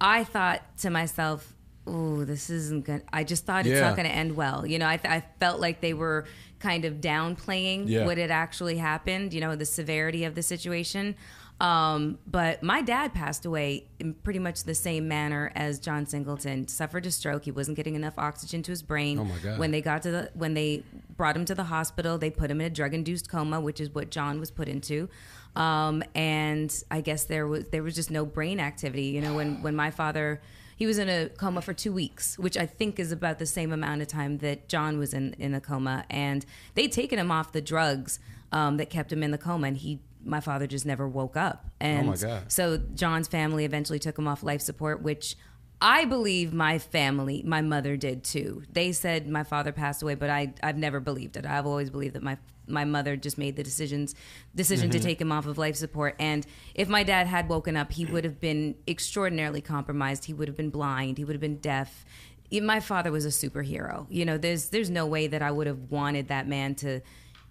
i thought to myself ooh this isn't good i just thought it's
Yeah.
not going to end well you know I, th- I felt like they were kind of downplaying
Yeah.
what had actually happened you know the severity of the situation um, but my dad passed away in pretty much the same manner as John Singleton. Suffered a stroke. He wasn't getting enough oxygen to his brain.
Oh, my God.
When they got to the when they brought him to the hospital, they put him in a drug induced coma, which is what John was put into. Um, and I guess there was there was just no brain activity. You know, when when my father he was in a coma for two weeks, which I think is about the same amount of time that John was in in a coma, and they'd taken him off the drugs um, that kept him in the coma, and he. My father just never woke up, and
Oh my God.
so John's family eventually took him off life support, which I believe my family, my mother did too. They said my father passed away, but I I've never believed it. I've always believed that my my mother just made the decisions decision to take him off of life support. And if my dad had woken up, he would have been extraordinarily compromised. He would have been blind. He would have been deaf. E- My father was a superhero. You know, there's there's no way that I would have wanted that man to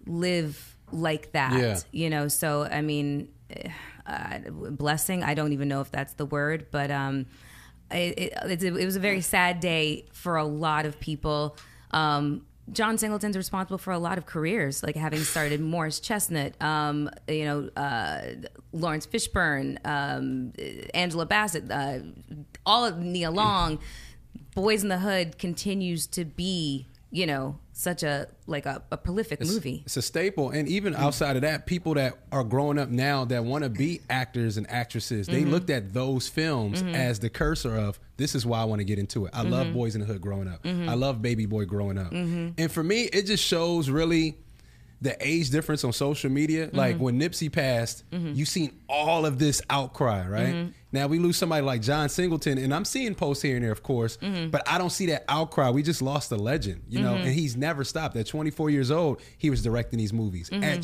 live like that
Yeah.
you know so i mean uh, blessing i don't even know if that's the word but um it, it, it's a- it was a very sad day for a lot of people um John Singleton's responsible for a lot of careers, like having started Morris Chestnut, um, you know, uh, Lawrence Fishburne, um, Angela Bassett, uh, all of Nia Long. Boys in the Hood continues to be, you know, such a like a, a prolific movie.
It's a staple. And even outside of that, people that are growing up now that want to be actors and actresses, they looked at those films as the cursor of this is why I want to get into it. I love Boys in the Hood growing up. I love Baby Boy growing up. And for me, it just shows really the age difference on social media. Like when Nipsey passed, you seen all of this outcry, right? Now we lose somebody like John Singleton, and I'm seeing posts here and there, of course,
Mm-hmm.
but I don't see that outcry. We just lost a legend, you know, and he's never stopped. At 24 years old, he was directing these movies. At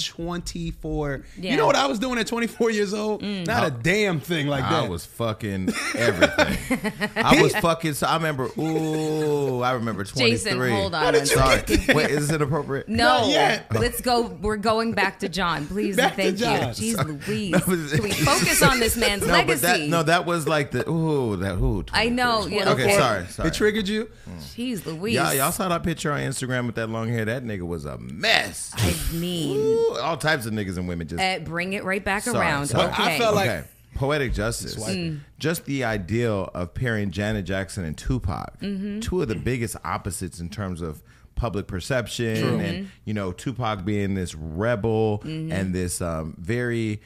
24, you
Mm-hmm. Yeah. Mm.
know what I was doing at 24 years old? Not a damn thing like that.
I was fucking
*laughs*
everything. I was fucking. So I remember. Ooh, I remember twenty-three.
Jason, hold on. one
Sorry.
second.
Wait, is it appropriate?
*laughs* No,
Not yet.
let's go. We're going back
*laughs*
to John, please.
Back to
and thank
John.
you. Jeez Louise.
No, but-
Can we focus on this man's
*laughs* No, but
legacy?
that no, that was like the ooh that ooh.
I know,
23.
yeah,
Okay,
okay.
sorry, sorry.
It triggered you?
Jeez Louise.
Y'all, y'all saw that picture on Instagram with that long hair. That nigga was a mess.
I mean,
Ooh, all types of niggas and women just
uh, bring it right back
Sorry,
around.
sorry.
Okay.
But I felt like-
okay. poetic justice. Mm. Just the ideal of pairing Janet Jackson and Tupac, two of the biggest opposites in terms of public perception, and you know Tupac being this rebel and this um, very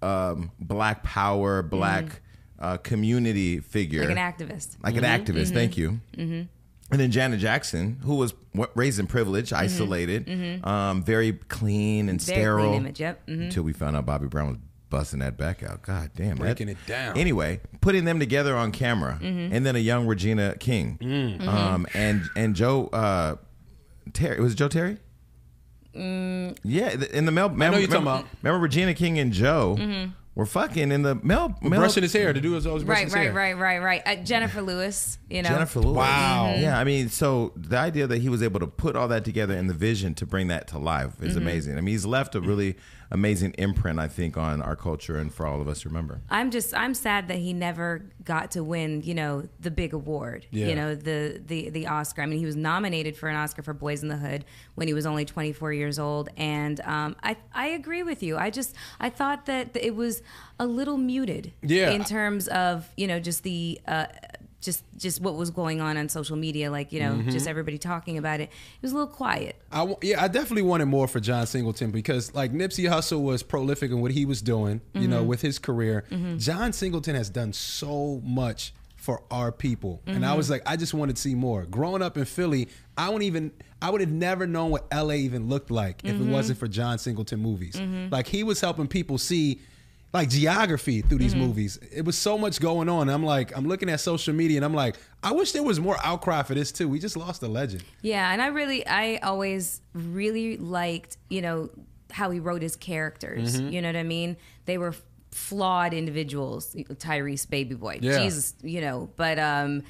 um, black power, black uh, community figure,
like an activist.
like an activist. Thank you. And then Janet Jackson, who was wa- raised in privilege, isolated, Um, very clean and
Very
sterile.
clean image. Yep. Mhm.
Until we found out Bobby Brown was busting that back out. God damn, that-
Breaking it down.
Anyway, putting them together on camera, and then a young Regina King,
Mm-hmm.
um, and and Joe uh, Terry. Was it Joe Terry? Yeah, th- in the Mel. Remember,
you're talking
remember,
about.
remember Regina King and Joe were fucking in the Mel. Mel
Brushing his hair. The dude was always brushing
Right,
his
right,
hair.
right, right, right. Uh, Jennifer Lewis, you know.
Jennifer Lewis.
Wow. Mhm.
Yeah, I mean, so the idea that he was able to put all that together and the vision to bring that to life is amazing. I mean, he's left a really amazing imprint, I think, on our culture and for all of us to remember.
I'm just I'm sad that he never got to win, you know, the big award.
Yeah.
You know, the the the Oscar. I mean, he was nominated for an Oscar for Boys in the Hood when he was only 24 years old, and um, I I agree with you. I just I thought that it was a little muted.
Yeah.
In terms of you know just the. Uh, just, just what was going on on social media, like you know,
Mm-hmm.
just everybody talking about it. It was a little quiet.
I w- yeah, I definitely wanted more for John Singleton because like Nipsey Hussle was prolific in what he was doing, you know, with his career. John Singleton has done so much for our people. And I was like, I just wanted to see more. Growing up in Philly, I wouldn't even I would have never known what LA even looked like if it wasn't for John Singleton movies. Like he was helping people see like geography through these movies. It was so much going on. I'm like, I'm looking at social media and I'm like, I wish there was more outcry for this too. We just lost a legend.
Yeah, and I really, I always really liked, you know, how he wrote his characters. You know what I mean? They were flawed individuals. Tyrese, baby boy,
Yeah.
Jesus, you know. But um,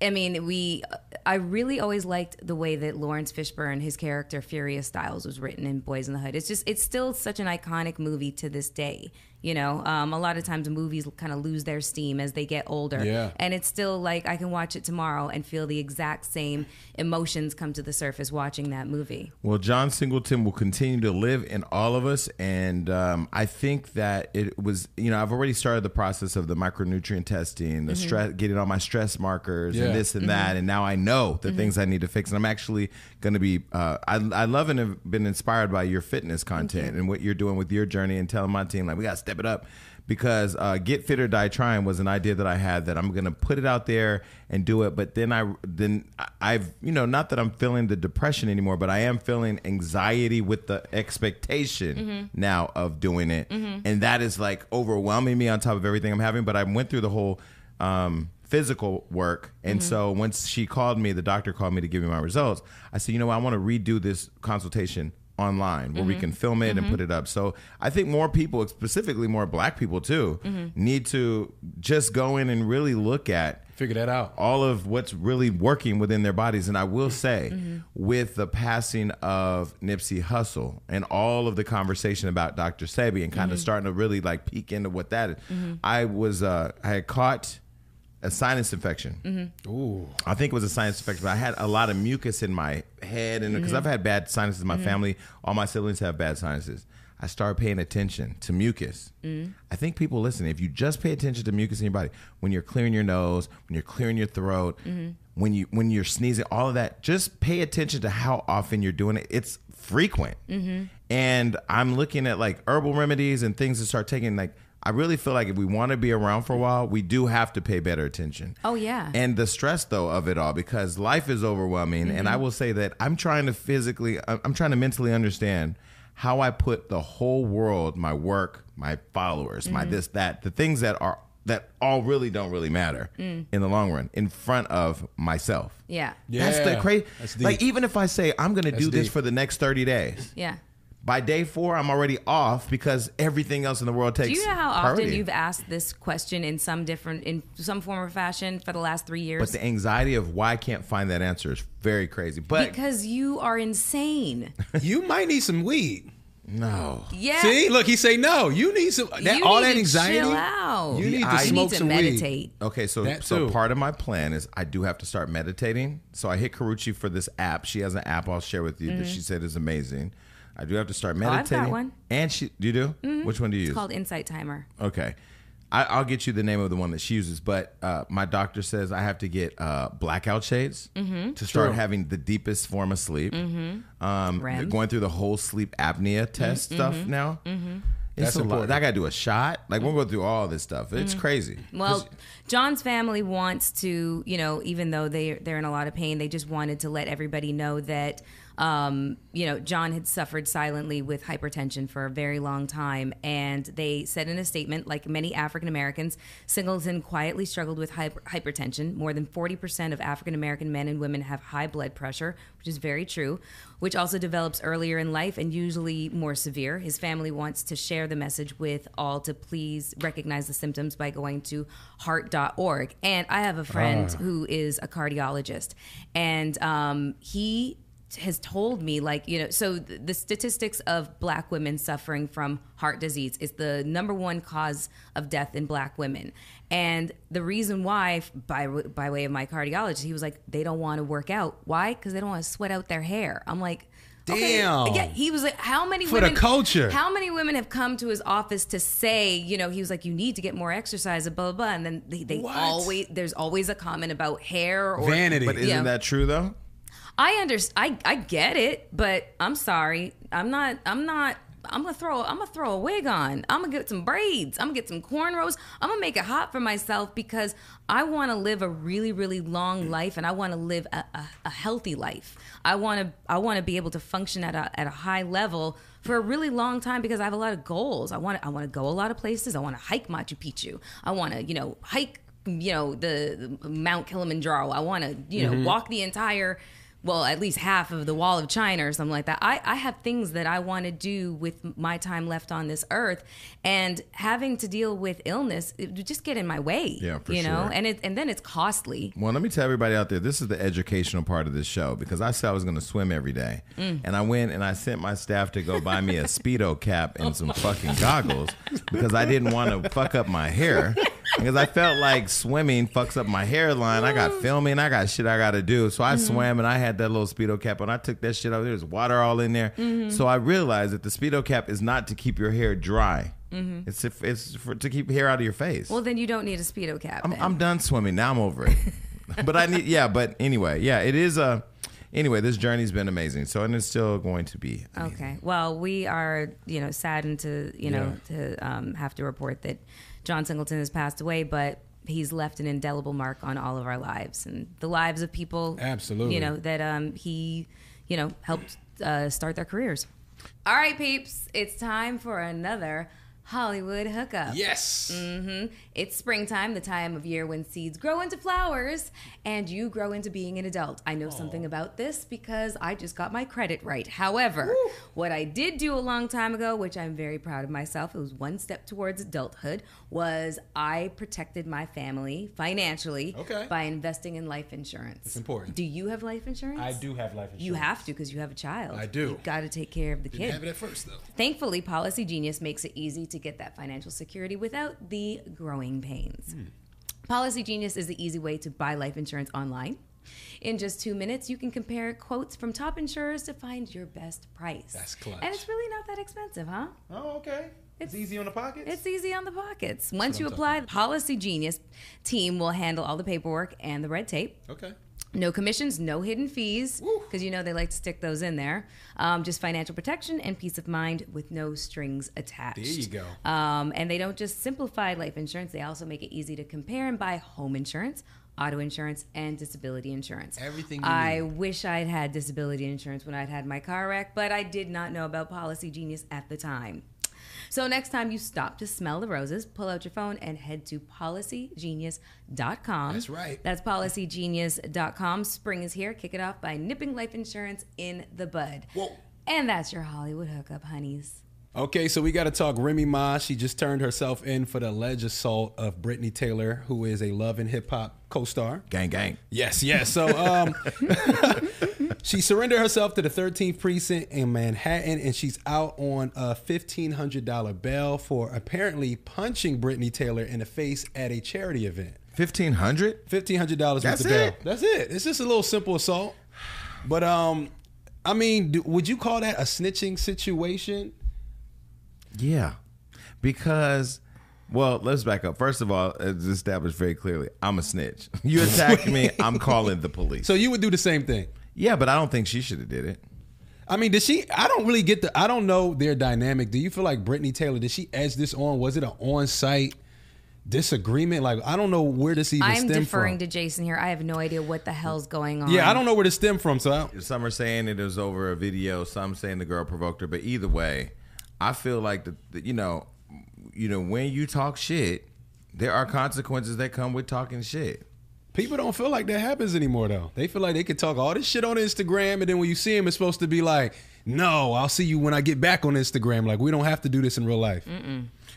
I mean, we, I really always liked the way that Lawrence Fishburne, his character Furious Styles, was written in Boys in the Hood. It's just, it's still such an iconic movie to this day. You know, um, a lot of times movies kind of lose their steam as they get older,
Yeah.
and it's still like I can watch it tomorrow and feel the exact same emotions come to the surface watching that movie.
Well, John Singleton will continue to live in all of us, and um, I think that it was you know I've already started the process of the micronutrient testing, the stress, getting all my stress markers,
Yeah.
and this and that, and now I know the things I need to fix, and I'm actually going to be uh, I I love and have been inspired by your fitness content and what you're doing with your journey, and telling my team like we got to step it up. Because uh, get fit or die trying was an idea that I had that I'm gonna put it out there and do it, but then I then I- I've you know not that I'm feeling the depression anymore, but I am feeling anxiety with the expectation now of doing it, and that is like overwhelming me on top of everything I'm having. But I went through the whole um, physical work, and so once she called me, the doctor called me to give me my results. I said, you know, what? I want to redo this consultation online where we can film it and put it up. So I think more people, specifically more black people too, need to just go in and really look at
Figure that out.
all of what's really working within their bodies. And I will say, with the passing of Nipsey Hussle and all of the conversation about Dr. Sebi and kind of starting to really like peek into what that is, I was uh, I had caught a sinus infection.
Ooh.
I think it was a sinus infection. But I had a lot of mucus in my head, and because I've had bad sinuses, in my
Mm.
family, all my siblings have bad sinuses. I started paying attention to mucus.
Mm.
I think people listen. If you just pay attention to mucus in your body, when you're clearing your nose, when you're clearing your throat,
Mm-hmm.
when you when you're sneezing, all of that, just pay attention to how often you're doing it. It's frequent,
Mm-hmm.
and I'm looking at like herbal remedies and things to start taking. Like I really feel like if we want to be around for a while, we do have to pay better attention
Oh, yeah.
and the stress though of it all because life is overwhelming and i
Mm-hmm.
will say that i'm trying to physically I- i'm trying to mentally understand how i put the whole world my work my followers my
Mm-hmm.
this that the things that are that all really don't really matter in the long run in front of myself
Mm. Yeah,
that's the
Yeah.
crazy
That's deep.
like even if i say i'm gonna do this
deep.
for the next 30 days
yeah.
by day four i'm already off because everything else in the world takes
Do you know how
priority.
often you've asked this question in some different, in some form or fashion for the last three
but
years?
the anxiety of why i can't find that answer is very crazy but
Because you are insane.
you might need some weed.
no
Yeah.
See, look, he say no. You need some that
You
all
need
that
to
anxiety.
chill out.
You need to
I- You need
smoke
to
some weed.
meditate.
Okay, so
That
so
too.
part of my plan is I do have to start meditating. So I hit Karuchi for this app. She has an app I'll share with you that she said is amazing. I do have to start
got
meditating.
one.
And she, do you do? Which one do you use?
It's called Insight Timer.
okay, I, I'll get you the name of the one that she uses. But uh, my doctor says I have to get uh, blackout shades to start
True.
having the deepest form of sleep. Um,
REM.
they're going through the whole sleep apnea test stuff now. It's
That's
a lot.
important.
I got to do a shot. Like we're going through all this stuff. It's crazy.
Well, John's family wants to, you know, even though they they're in a lot of pain, they just wanted to let everybody know that, um, you know, John had suffered silently with hypertension for a very long time, and they said in a statement, like many African Americans, Singleton quietly struggled with hyper- hypertension. More than forty percent of African American men and women have high blood pressure, which is very true, which also develops earlier in life and usually more severe. His family wants to share the message with all to please recognize the symptoms by going to heart.org. And I have a friend
Ah.
who is a cardiologist, and um, he has told me like you know so th- the statistics of black women suffering from heart disease is the number one cause of death in black women and the reason why f- by w- by way of my cardiologist he was like they don't want to work out why cuz they don't want to sweat out their hair i'm like okay.
Damn.
yeah he was like how many
For the
women
culture.
how many women have come to his office to say you know he was like you need to get more exercise and blah blah, blah. and then they, they
What?
always there's always a comment about hair or
Vanity.
But isn't
Yeah.
that true though?
I understand. I, I get it, but I'm sorry. I'm not. I'm not I'm gonna throw I'm gonna throw a wig on. I'm gonna get some braids. I'm gonna get some cornrows. I'm gonna make it hot for myself because I want to live a really really long life and I want to live a, a, a healthy life. I want to I want to be able to function at a at a high level for a really long time because I have a lot of goals. I want I want to go a lot of places. I want to hike Machu Picchu. I want to you know hike you know the, the Mount Kilimanjaro. I want to you know walk the entire well at least half of the wall of China or something like that. I I have things that I want to do with my time left on this earth and having to deal with illness it would just get in my way.
Yeah, for
you know,
sure.
and it and then it's costly.
Well, let me tell everybody out there, this is the educational part of this show because I said I was going to swim every day. And I went and I sent my staff to go buy me a Speedo cap and some fucking goggles because I didn't want to fuck up my hair. Because I felt like swimming fucks up my hairline. I got filming, I got shit I got to do. So I swam and I had that little Speedo cap and I took that shit out. There was water all in there. So I realized that the Speedo cap is not to keep your hair dry, it's, if, it's for, to keep hair out of your face.
Well, then you don't need a speedo cap.
I'm,
then.
I'm done swimming now. I'm over it.
*laughs*
but I need, yeah. But anyway, yeah. It is a. Anyway, this journey's been amazing. So and it's still going to be. amazing.
Okay. Well, we are, you know, saddened to, you know, to um, have to report that John Singleton has passed away, but he's left an indelible mark on all of our lives and the lives of people.
Absolutely.
You know that um, he, you know, helped uh, start their careers. All right, peeps, it's time for another Hollywood hookup.
Yes.
Mm. It's springtime, the time of year when seeds grow into flowers and you grow into being an adult. I know something about this because I just got my credit right. However, what I did do a long time ago, which I'm very proud of myself, it was one step towards adulthood, was I protected my family financially
Okay.
by investing in life insurance. It's
important.
Do you have life insurance?
I do have life insurance.
You have to because you have a child.
I do.
You got to take care of the kid.
Have it at first though.
Thankfully, Policy Genius makes it easy to get that financial security without the growing pains. Policy Genius is the easy way to buy life insurance online. In just two minutes, you can compare quotes from top insurers to find your best price.
That's clutch.
And it's really not that expensive, huh?
Oh, okay. It's,
It's-
easy on the pockets.
It's easy on the pockets. Once you apply, the Policy Genius team will handle all the paperwork and the red tape.
Okay.
No commissions, no hidden fees, because you know they like to stick those in there. Um, just financial protection and peace of mind with no strings attached.
There you go.
Um, and they don't just simplify life insurance, they also make it easy to compare and buy home insurance, auto insurance, and disability insurance.
Everything you
I wish I'd had disability insurance when I'd had my car wreck, but I did not know about Policy Genius at the time. So next time you stop to smell the roses, pull out your phone and head to policygenius.com.
That's right.
That's policygenius.com. Spring is here. Kick it off by nipping life insurance in the bud.
Oh.
Whoa.
And that's your Hollywood hookup, honeys.
Okay, so we got to talk Remy Ma. She just turned herself in for the alleged assault of Brittany Taylor, who is a Love and Hip Hop co-star.
Gang, gang.
Yes, yes. So um, *laughs* she surrendered herself to the 13th precinct in Manhattan, and she's out on a $1,500 bail for apparently punching Brittany Taylor in the face at a charity event.
Fifteen hundred.
$1,500 was
That's
the bail.
it?
That's it. It's just a little simple assault. But um, I mean, do, would you call that a snitching situation?
Yeah, because. Well, let's back up. First of all, it's established very clearly, I'm a snitch. *laughs* You attacked me, I'm calling the police.
So you would do the same thing.
yeah, but I don't think she should have did it.
I mean, did she? I don't really get the. I don't know their dynamic. Do you feel like Brittany Taylor? Did she edge this on? Was it an on-site disagreement? Like, I don't know where this even
I'm
stem
deferring
from.
to Jason here. I have no idea what the hell's going on.
yeah, I don't know where this stem from. So, I,
Some are saying it was over a video. Some saying the girl provoked her. But either way, I feel like the, the- you know, you know, when you talk shit, there are consequences that come with talking shit.
people don't feel like that happens anymore, though. They feel like they could talk all this shit on Instagram, and then when you see them, it's supposed to be like, "No, I'll see you when I get back on Instagram." Like, we don't have to do this in real life.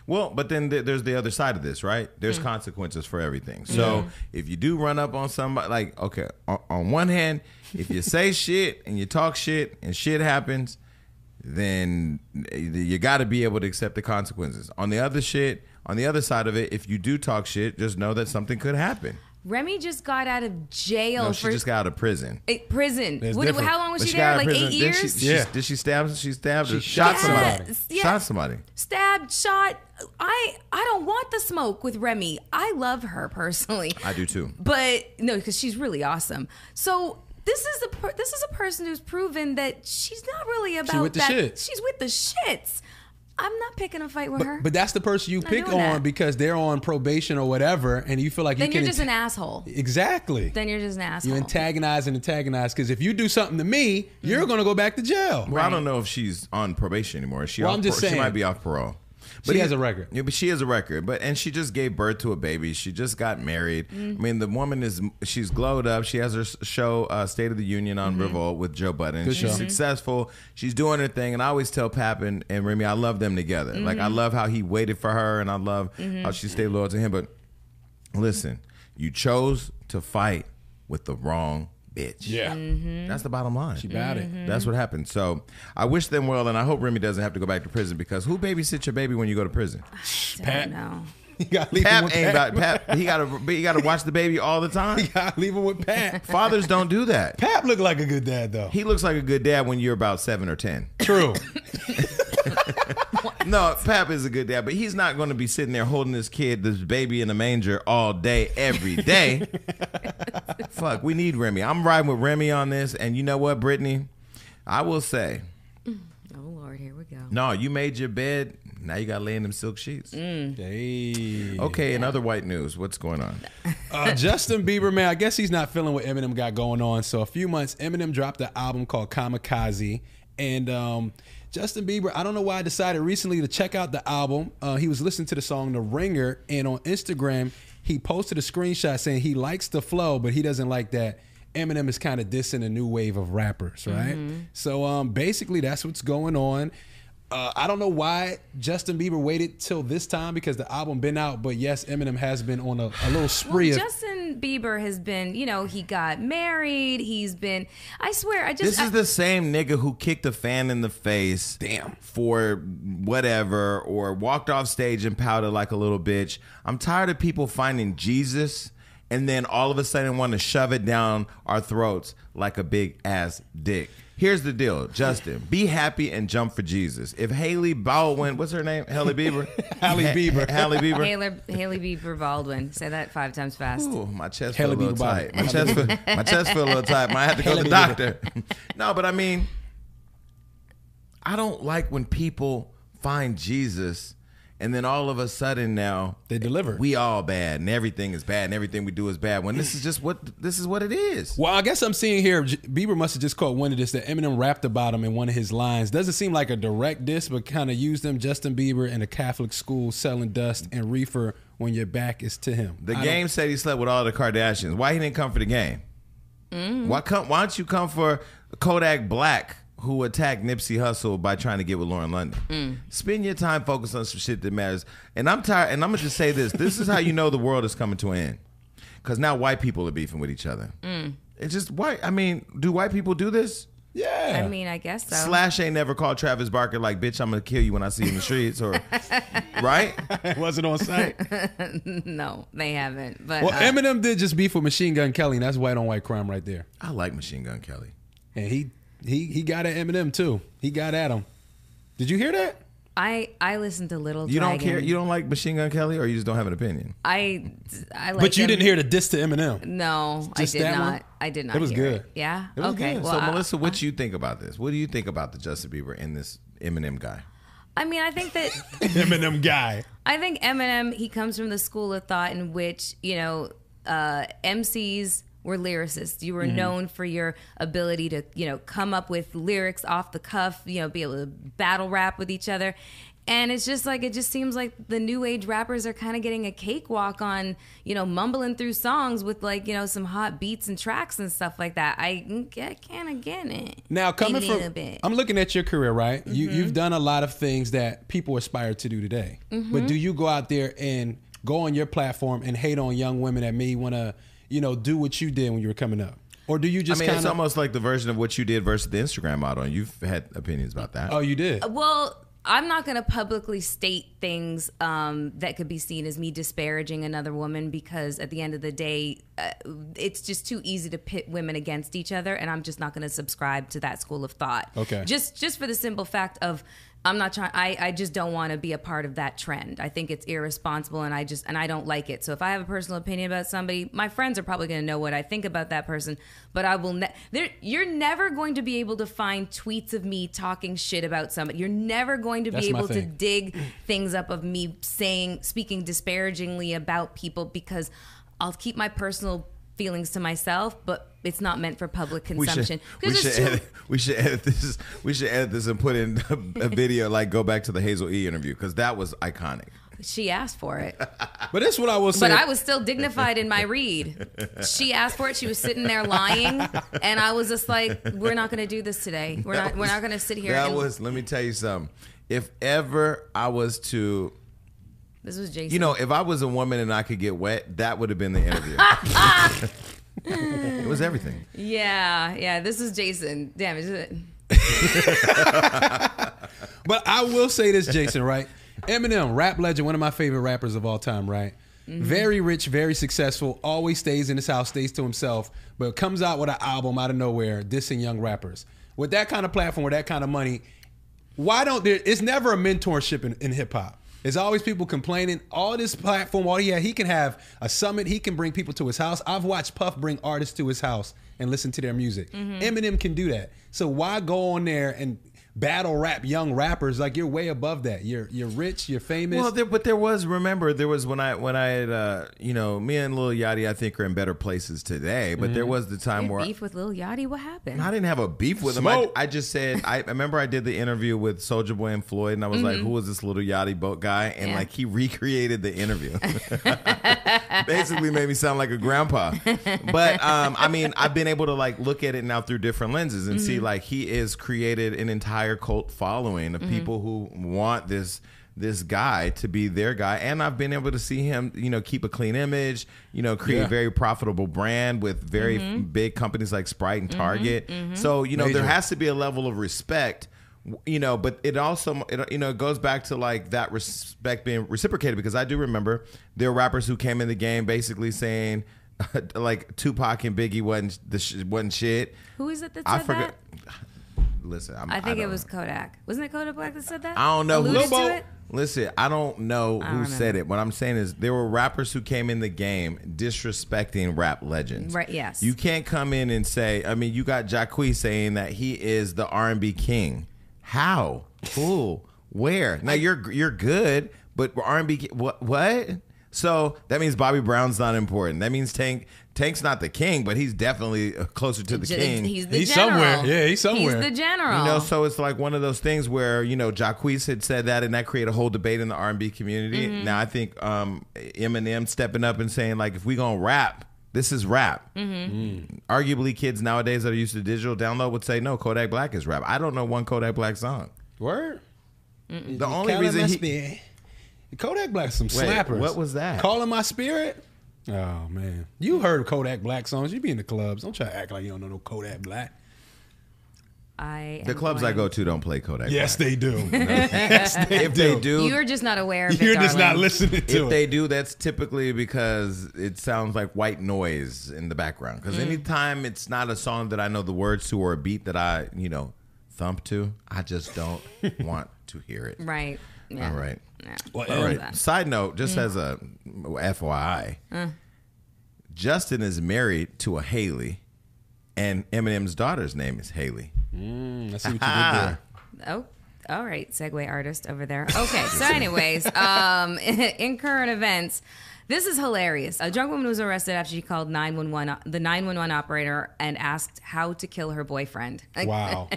Well, but then th- there's the other side of this, right? There's
Mm.
consequences for everything. So if you do run up on somebody, like okay, on, on one hand, if you
*laughs*
say shit and you talk shit and shit happens, then you got to be able to accept the consequences. On the other shit, on the other side of it, if you do talk shit, just know that something could happen.
Remy just got out of jail
No, she
Oh, for
just got out of prison.
eh, prison.
It's
What-
different.
how long was
But
she, there?
got out
Like
of
eight
prison. Then
years?
She,
Yeah.
she, did she stab? She stabbed. She
shot
somebody.
Yes, yes.
Shot somebody.
Stabbed, shot. I I don't want the smoke with Remy. I love her personally.
I do too.
But no, because she's really awesome. So This is a per- this is a person who's proven that she's not really about
with the
that.
shits.
She's with the shits. I'm not picking a fight with her.
But, but that's the person you
Not
pick on
doing that.
because they're on probation or whatever, and you feel like
then
you
you are
can
just an asshole.
exactly.
Then you're just an asshole.
you antagonize and antagonize because if you do something to me, you're gonna go back to jail.
Well, I don't know if she's on probation anymore. Is She
Well,
off
I'm just
par- she
saying.
might be off parole.
She
he-
has a record.
Yeah, but she has a record. But and she just gave birth to a baby. She just got married.
Mm.
I mean, the woman is she's glowed up. She has her s- show uh, State of the Union on Revolt with Joe Budden. she's
Mm-hmm. show.
successful. She's doing her thing. And I always tell Pap and, and Remy, I love them together. Like
Mm-hmm.
I love how he waited for her, and I love how she stayed loyal to him. But listen, you chose to fight with the wrong bitch.
Yeah, Mm-hmm,
That's the bottom line. She
about it.
That's what happened. So I wish them well, and I hope Remy doesn't have to go back to prison because who babysits your baby when you go to prison?
I
Pat.
don't know.
*laughs* You gotta leave him
Pap
with
ain't
Pat.
about Pap. He gotta he gotta watch the baby all the time.
*laughs* Gotta leave him with Pat.
Fathers don't do that.
*laughs* Pap looked like a good dad though.
He looks like a good dad when you're about seven or ten.
*laughs* True.
No, Pap is a good dad, but he's not going to be sitting there holding this kid, this baby in the manger all day, every day. Fuck, we need Remy. I'm riding with Remy on this, and you know what, Brittany? I will say,
Oh Lord, here we go.
no, you made your bed. Now you got to lay in them silk sheets.
hey.
Okay, in other white news, what's going on?
Uh, Justin Bieber, man, I guess he's not feeling what Eminem got going on. So a few months, Eminem dropped an album called Kamikaze, and um, Justin Bieber, I don't know why, I decided recently to check out the album. Uh, he was listening to the song The Ringer, and on Instagram, he posted a screenshot saying he likes the flow, but he doesn't like that. Eminem is kind of dissing a new wave of rappers, right? So um, basically, that's what's going on. Uh, I don't know why Justin Bieber waited till this time because the album been out, but yes, Eminem has been on a, a little spree of
Justin Bieber has been, you know, he got married. He's been. I swear, I just.
This
I,
is the same nigga who kicked a fan in the face
Damn.
for whatever or walked off stage and pouted like a little bitch. I'm tired of people finding Jesus and then all of a sudden want to shove it down our throats like a big ass dick. Here's the deal, Justin. Be happy and jump for Jesus. If Haley Baldwin, what's her name? Haley *laughs* Bieber.
Halle Bieber.
Haley Bieber.
Haley, Haley Bieber Baldwin. Say that five times fast.
Ooh, my chest feel
Hella
a little
beat the body.
tight. My chest feel, my chest feel a little tight. Might have to go to the
Hella beat
doctor. *laughs* no, but I mean, I don't like when people find Jesus and then all of a sudden now
They deliver.
We all bad and everything is bad and everything we do is bad. When this is just what this is what it is.
Well, I guess I'm seeing here J- Bieber must have just caught wind of this that Eminem rapped about him in one of his lines. Doesn't seem like a direct diss, but kind of used them Justin Bieber in a Catholic school selling dust and reefer when your back is to him.
The
I
game said he slept with all the Kardashians. Why he didn't come for the game? Why come? Why don't you come for Kodak Black, who attacked Nipsey Hussle by trying to get with Lauren London? Spend your time focused on some shit that matters. And I'm tired. And I'm gonna just say this: this is how you know the world is coming to an end, because now white people are beefing with each other. It's just white. I mean, do white people do this?
don't- yeah.
I mean, I guess so.
Slash ain't never called Travis Barker like, bitch, I'm gonna kill you when I see you in the streets, or right?
*laughs* it wasn't on site.
No, they haven't. But
Well,
uh,
Eminem did just beef with Machine Gun Kelly, and that's white on white crime right there.
I like Machine Gun Kelly.
And he he he got at Eminem too. He got at him. Did you hear that?
I I listen to Little.
You don't
Dragon.
care. You don't like Machine Gun Kelly, or you just don't have an opinion.
I I like.
but you
them.
didn't hear the diss
*laughs*
to Eminem.
No,
Just
I did
that
not.
one?
I did not.
It was
hear
good.
Yeah.
It was
okay.
good.
Well,
so,
I,
Melissa, what you think about this? What do you think about the Justin Bieber and this Eminem guy?
I mean, I think that
Eminem guy.
I think Eminem, he comes from the school of thought in which, you know, uh, MCs were lyricists. You were known for your ability to, you know, come up with lyrics off the cuff, you know, be able to battle rap with each other. And it's just like, it just seems like the new age rappers are kind of getting a cakewalk on, you know, mumbling through songs with like, you know, some hot beats and tracks and stuff like that. I, I kind of get it.
Now coming
a little
from,
bit. Mm-hmm.
I'm looking at your career, right? You you've done a lot of things that people aspire to do today.
Mm-hmm.
But do you go out there and go on your platform and hate on young women that may want to, you know, do what you did when you were coming up, or do you
I
just
mean,
kind
it's
of?
almost like the version of what you did versus the
Uh,
Instagram model, and you've had opinions about that.
oh, you Oh, did.
Well, I'm not going to publicly state things um, that could be seen as me disparaging another woman because at the end of the day, uh, it's just too easy to pit women against each other, and I'm just not going to subscribe to that school of thought.
Okay.
Just just for the simple fact of I'm not trying. I I just don't want to be a part of that trend. I think it's irresponsible, and I just and I don't like it. So if I have a personal opinion about somebody, my friends are probably going to know what I think about that person. But I will. Ne- there, you're never going to be able to find tweets of me talking shit about somebody. You're never going to
That's
be
my
able to
thing.
dig *clears throat* things up of me saying speaking disparagingly about people because I'll keep my personal feelings to myself, but it's not meant for public
We should,
consumption. 'Cause
we,
it's
should
too-
edit, we should edit this. We should edit this and put in a, a video like go back to the Hazel E interview because that was iconic.
she asked for it.
But that's what I will say.
But I was still dignified in my read. She asked for it. She was sitting there lying, and I was just like, "We're not going to do this today. We're
That
not. we're
was-
not going to sit here."
That
and,
was. Let me tell you something. If ever I was to,
this was Jason.
you know, if I was a woman and I could get wet, that would have been the *laughs* interview. it was everything.
yeah, yeah. This is Jason. Damn is it.
But I will say this, Jason, right? Eminem, rap legend, one of my favorite rappers of all time, right?
Mm-hmm.
Very rich, very successful, always stays in his house, stays to himself, but comes out with an album out of nowhere, dissing young rappers. With that kind of platform, with that kind of money, why don't there it's never a mentorship in, in hip hop. There's always people complaining. All this platform, all he had, he can have a summit. He can bring people to his house. I've watched Puff bring artists to his house and listen to their music. Eminem can do that. So why go on there and battle rap young rappers? Like you're way above that. You're you're rich. You're famous.
Well, there, but there was. Remember, there was when I when I had, uh, you know, me and Lil Yachty, I think are in better places today. But there was the time
You
where
beef with Lil Yachty. What happened?
I didn't have a beef with him. I,
Smoke.
I just said I, I remember I did the interview with Soldier Boy and Floyd, and I was like, "Who was this little yachty boat guy?" And
Yeah.
like he recreated the interview. *laughs* Basically, made me sound like a grandpa. But um, I mean, I've been able to like look at it now through different lenses and see like he is created an entire cult following of people who want this this guy to be their guy and i've been able to see him you know keep a clean image you know create
Yeah.
very profitable brand with very
Mm-hmm.
big companies like Sprite and Target. So you know there
Major.
has to be a level of respect, w- you know. But it also it, you know it goes back to like that respect being reciprocated because I do remember there were rappers who came in the game basically saying *laughs* like Tupac and Biggie wasn't the sh- wasn't shit.
Who is it that said
I forgot.
that?
*sighs* Listen, I'm,
I think
don't
it was
know.
Kodak. Wasn't it Kodak Black that said that?
I don't know
Alluded
who.
to it?
Listen, I don't know who
don't
said it. What I'm saying is there were rappers who came in the game disrespecting rap legends.
Right, yes.
You can't come in and say. I mean, you got Jacque saying that he is the R&B king. How? Who? Where? Now you're you're good, but R&B ki- what? What? So that means Bobby Brown's not important. That means Tank Tank's not the king, but he's definitely uh, closer to the
J-
king.
He's the
He's
general.
somewhere. Yeah, he's somewhere.
He's the general.
You know, so it's like one of those things where you know Jacquees had said that, and that created a whole debate in the R and B community. Now I think um, Eminem stepping up and saying like, if we gonna rap, this is rap. Mm. Arguably, kids nowadays that are used to digital download would say, no, Kodak Black is rap. I don't know one Kodak Black song.
Word.
The only reason he,
Kodak Black some
Wait,
slappers.
what was that?
Calling my spirit. Oh man, you heard Kodak Black songs. You be in the clubs. Don't try to act like you don't know no Kodak Black.
I
the
am
clubs I go
going-
to don't play Kodak.
*laughs* Yes,
Black.
they
*laughs*
do.
if they do,
You're just not aware of it.
You're just not
darling.
listening to
if
it.
they do, that's typically because it sounds like white noise in the background. Because anytime it's not a song that I know the words to or a beat that I, you know, thump to, I just *laughs* don't want to hear it.
Right. Yeah.
All right.
Yeah.
Well,
All
Aaron,
right. Side note, just as a FYI, Justin is married to a Haley, and Eminem's daughter's name is Haley.
I see what you did there.
Oh, all right, segue artist over there. Okay, so anyways, um, *laughs* in current events, this is hilarious. A drunk woman was arrested after she called 911, the 911 operator, and asked how to kill her boyfriend. Like,
*laughs* Wow.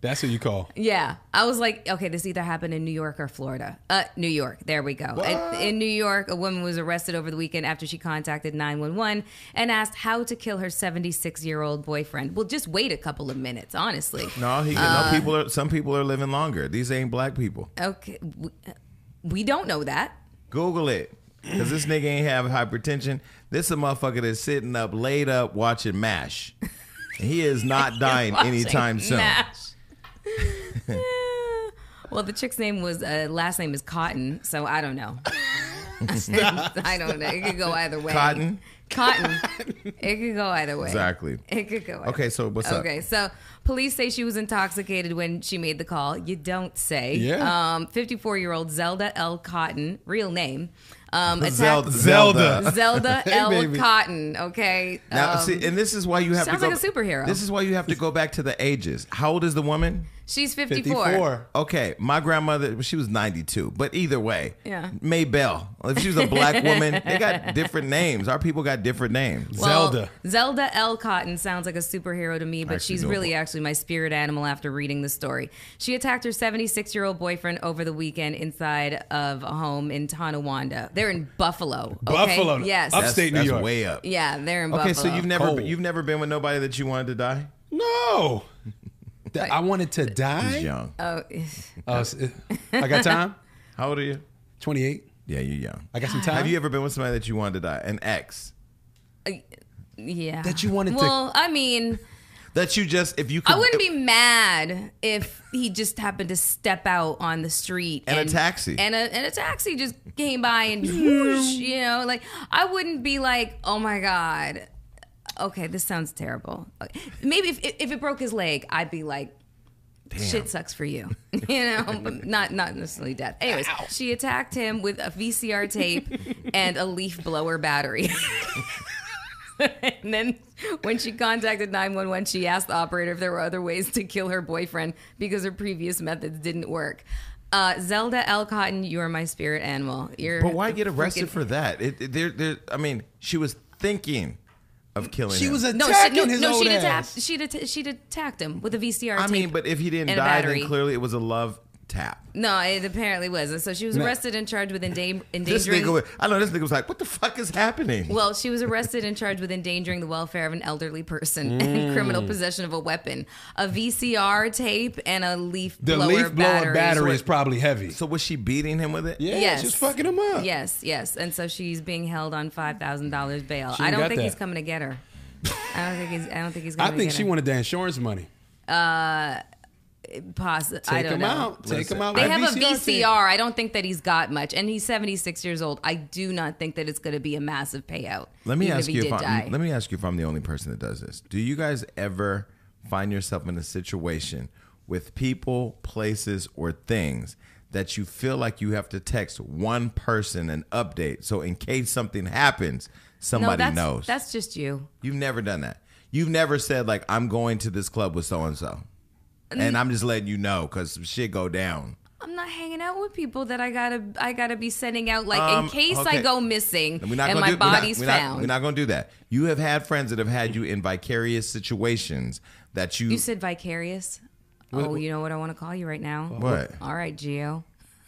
That's what you call.
yeah, I was like, okay, this either happened in New York or Florida. Uh, New York. There we go. In, in New York, a woman was arrested over the weekend after she contacted 911 and asked how to kill her 76 year old boyfriend. Well, just wait a couple of minutes, honestly.
No, he, uh, no people are. Some people are living longer. These ain't black people.
Okay, we, we don't know that.
Google it. Cause this nigga ain't have hypertension. This a motherfucker that's sitting up laid up watching MASH.
*laughs*
He is not dying
Watching
*laughs* anytime soon.
MASH. Well, the chick's name was uh, last name is Cotton, so I
*laughs*
don't know. *laughs* I don't know. It could go either way.
Cotton? *laughs*
Cotton. it could go either way.
Exactly.
It could go. Either.
Okay, so what's up?
Okay, so police say she was intoxicated when she made the call. You don't say.
Yeah.
Um, 54-year-old Zelda L. Cotton, real name. Um, attacked-
Zelda.
Zelda.
Zelda
*laughs* Hey,
L.
baby.
Cotton. Okay.
Now,
Um,
see, and this is why you have
sounds
to go,
like a superhero.
This is why you have to go back to the ages. How old is the woman?
she's 54.
54.
Okay, my grandmother, she was 92. But either way,
Yeah.
Maybell. If she was a
*laughs*
black woman, they got different names. Our people got different names.
Well,
Zelda.
Zelda L. Cotton sounds like a superhero to me, but
Actually
she's
doable.
really actually my spirit animal after reading the story. She attacked her 76 year old boyfriend over the weekend inside of a home in Tonawanda. They're in Buffalo. okay?
Buffalo.
Yes.
Upstate. State New
that's
York.
way up.
yeah, they're in
Okay,
Buffalo.
so you've never
Cold.
you've never been with nobody that you wanted to die?
No. *laughs* That- I wanted to
He's
die.
young.
Oh,
Oh, s- I got time.
How old are you?
28.
Yeah, you're young.
I got some time.
Have you ever been with somebody that you wanted to die? An ex
yeah.
That you wanted to-
Well, I mean,
that you just if you could
I wouldn't be mad if he just happened to step out on the street
And a taxi.
and a and a taxi just came by and whoosh, you know, like I wouldn't be like, oh my god, okay, this sounds terrible. Okay. Maybe if if it broke his leg, I'd be like. Shit sucks for you, *laughs* you know, but not not necessarily death. Anyways, she attacked him with a VCR
*laughs*
tape and a leaf blower battery. *laughs* And then when she contacted 911, she asked the operator if there were other ways to kill her boyfriend because her previous methods didn't work. Uh, Zelda L. Cotton, you are my spirit animal. You're
But why get arrested
freaking-
for that? It, it, there, there. I mean, she was thinking of killing.
She
him.
was
No, she,
attacking
no,
his
no
old
she'd,
ass.
attacked, she'd, atta- she'd attacked him with a VCR
I
tape.
mean, but if he didn't
and a
die,
battery.
then clearly it was a love tap.
no, it apparently was. And so she was
No.
arrested and charged with endang-
This
endangering.
nigga, was, I know this nigga was like, "What the fuck is happening?"
Well, she was arrested and charged with endangering the welfare of an elderly person *laughs* and
Mm.
criminal possession of a weapon, a VCR tape, and a leaf
The
blower
leaf blower
battery.
battery is probably heavy.
so was she beating him with it?
yeah,
Yes.
she's fucking him up.
Yes, yes. And so she's being held on five thousand dollars bail.
She ain't
I don't
got
think
that.
he's coming to get her. I don't think he's. I don't think he's.
*laughs* I
Coming
think
to get
she
her.
wanted that insurance money.
Poss- I
Take
don't
him
know.
out. Take him out.
They
with
have a
tape.
VCR. I don't think that he's got much, and he's seventy six years old. I do not think that it's going to be a massive payout.
Let me
even
ask
if
you
He
if
did
I'm,
die.
let me ask you if I'm the only person that does this. Do you guys ever find yourself in a situation with people, places, or things that you feel like you have to text one person an update so in case something happens,
no,
somebody
that's,
knows?
That's just you.
You've never done that. You've never said like I'm going to this club with so and so, and I'm just letting you know because some shit go down.
I'm not hanging out with people that I gotta. I gotta be sending out like
Um,
in case
okay.
I go missing
And we're not
and
gonna
my
do,
body's
we're not, we're
found.
Not, we're not gonna do that. You have had friends that have had you in vicarious situations that you,
you said vicarious. oh, you know what I want to call you right now.
what?
All right, Geo.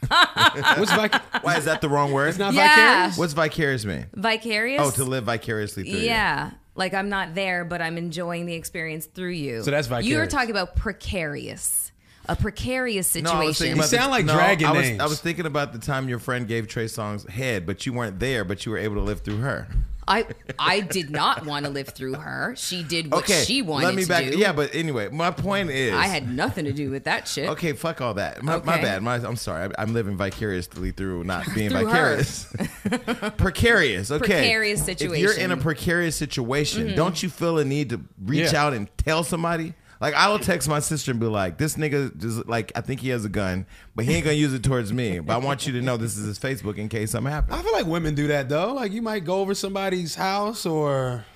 What's vic-
*laughs*
Why is that the wrong word?
it's not
Yeah.
vicarious?
What's vicarious mean?
Vicarious.
Oh, to live vicariously through. you.
Yeah. Like I'm not there, but I'm enjoying the experience through you.
So that's
You're
vicarious.
talking about precarious. A precarious
No, I was thinking
situation.
about
You sound
the-
like
no,
dragon
I was,
names.
I was thinking about the time your friend gave Trey Songz head, but you weren't there, but you were able to live through her.
I I did not want to live through her. She did what
Okay,
she wanted
let me
to
back.
do.
Yeah, but anyway, my point is,
I had nothing to do with that shit.
Okay, fuck all that. My, my
Okay.
bad. My, I'm sorry. I, I'm living vicariously through
*laughs*
not being
Through her.
vicarious.
*laughs*
precarious. Okay.
Precarious
If you're in a
situation. Mm-hmm.
precarious situation, don't you feel a need to reach
Yeah.
out and tell somebody? Like I will text my sister and be like, "This nigga just like I think he has a gun, but he ain't gonna use it towards me. But I want you to know this is his Facebook in case something
Oh,
happens."
I feel like women do that though. Like you might go over somebody's house or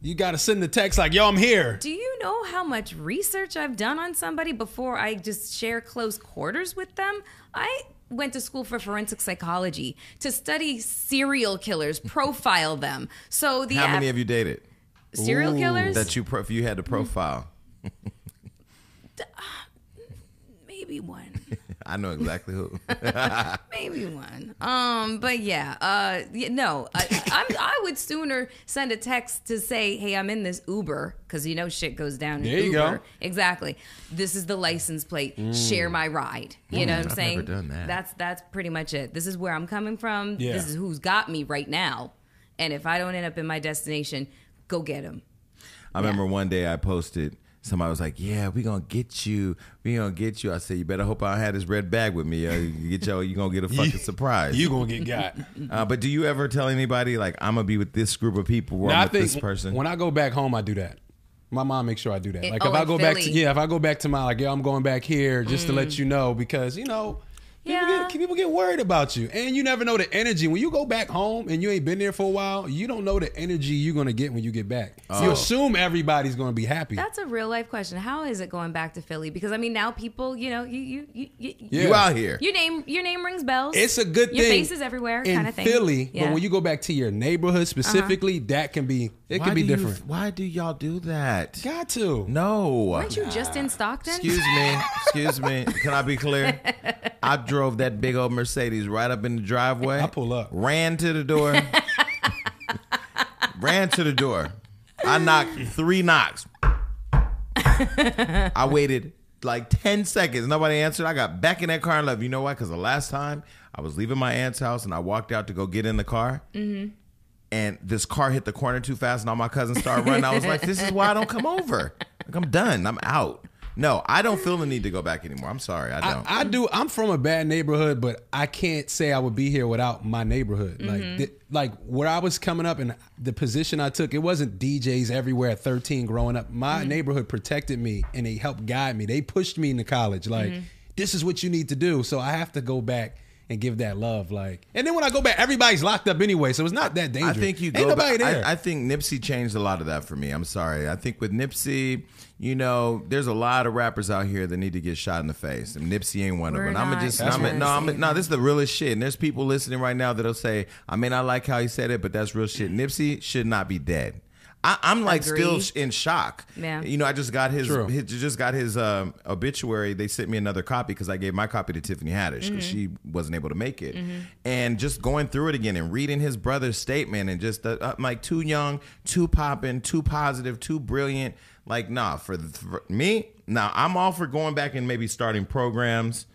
you gotta send the text like, yo, I'm here.
Do you know how much research I've done on somebody before I just share close quarters with them? I went to school for forensic psychology to study serial killers, profile them. So the
How many
av-
of you dated
serial killers Mm-hmm.
that you pro- if you had to profile?
maybe one.
I know exactly who.
maybe one um but yeah uh yeah, no I, I'm, I would sooner send a text to say hey i'm in this uber because you know shit goes down in
There you
uber
go.
exactly this is the license plate share my ride you know what i'm
I've
saying
never done that.
that's that's pretty much it this is where i'm coming from
Yeah.
this is who's got me right now and if i don't end up in my destination go get him
I remember one day I posted somebody was like, "Yeah, we gonna get you. We gonna get you." I said, "You better hope I had this red bag with me. Yo. You get your, you gonna
*laughs*
get a fucking surprise."
You gonna
*laughs*
get got.
uh, but do you ever tell anybody like, "I'm gonna be with this group of people, or
Now,
I'm with this person"?
When I go back home, I do that. My mom makes sure I do that.
It-
like
oh,
if I
in
go back to
Philly. Mm.
yeah, if I go back to my like, yo, I'm going back here just to let you know because you know. People,
Yeah.
get, people get worried about you, and you never know the energy. When you go back home and you ain't been there for a while, you don't know the energy you're gonna get when you get back.
Oh.
You assume everybody's gonna be happy.
That's a real life question. How is it going back to Philly? Because I mean, now people, you know, you you you, you,
Yeah.
you out here?
your name your name rings bells.
It's a good
Your
thing.
face is everywhere,
in
kind of thing.
Philly,
Yeah. Uh-huh.
but when you go back to your neighborhood specifically, that can be it
Why
can be
do you-
different.
why do y'all do that?
Got to.
No.
weren't you just in Stockton?
Excuse me. Excuse me. Can I be clear? I drove that big old Mercedes right up in the driveway.
I pull up.
Ran to the
*laughs*
door. ran to the door. I knocked three knocks. I waited like 10 seconds. Nobody answered. I got back in that car and left. You know why? Because the last time I was leaving my aunt's house and I walked out to go get in the car. And this car hit the corner too fast, and all my cousins started running. I was like, "This is why I don't come over. Like I'm done. I'm out. No, I don't feel the need to go back anymore. I'm sorry, I
I,
don't.
I do. I'm from a bad neighborhood, but I can't say I would be here without my neighborhood.
Mm-hmm.
Like, th- like where I was coming up and the position I took, it wasn't DJs everywhere at 13 growing up. My
Mm-hmm.
neighborhood protected me and they helped guide me. They pushed me into college. Like,
Mm-hmm.
this is what you need to do. So I have to go back and give that love. Like, and then when I go back, everybody's locked up anyway, so it's not that
I
dangerous.
think you
Ain't
go.
nobody
Back,
there.
I, I think Nipsey changed a lot of that for me. I'm sorry. I think with Nipsey, you know, there's a lot of rappers out here that need to get shot in the face, and Nipsey ain't one
We're
of them. I'm
not
just,
That's
I'm
what-
no, I'm no. This is the realest shit. And there's people listening right now that'll say, I may not like how he said it, but that's real shit. Nipsey should not be dead. I, I'm like
Agree.
still sh- in shock.
Yeah.
You know, I just got his,
True.
his just got his um, obituary. They sent me another copy because I gave my copy to Tiffany Haddish because she wasn't able to make it. And just going through it again and reading his brother's statement and just the, I'm like too young, too popping, too positive, too brilliant. Like nah, for, th- for me, now I'm all for going back and maybe starting programs.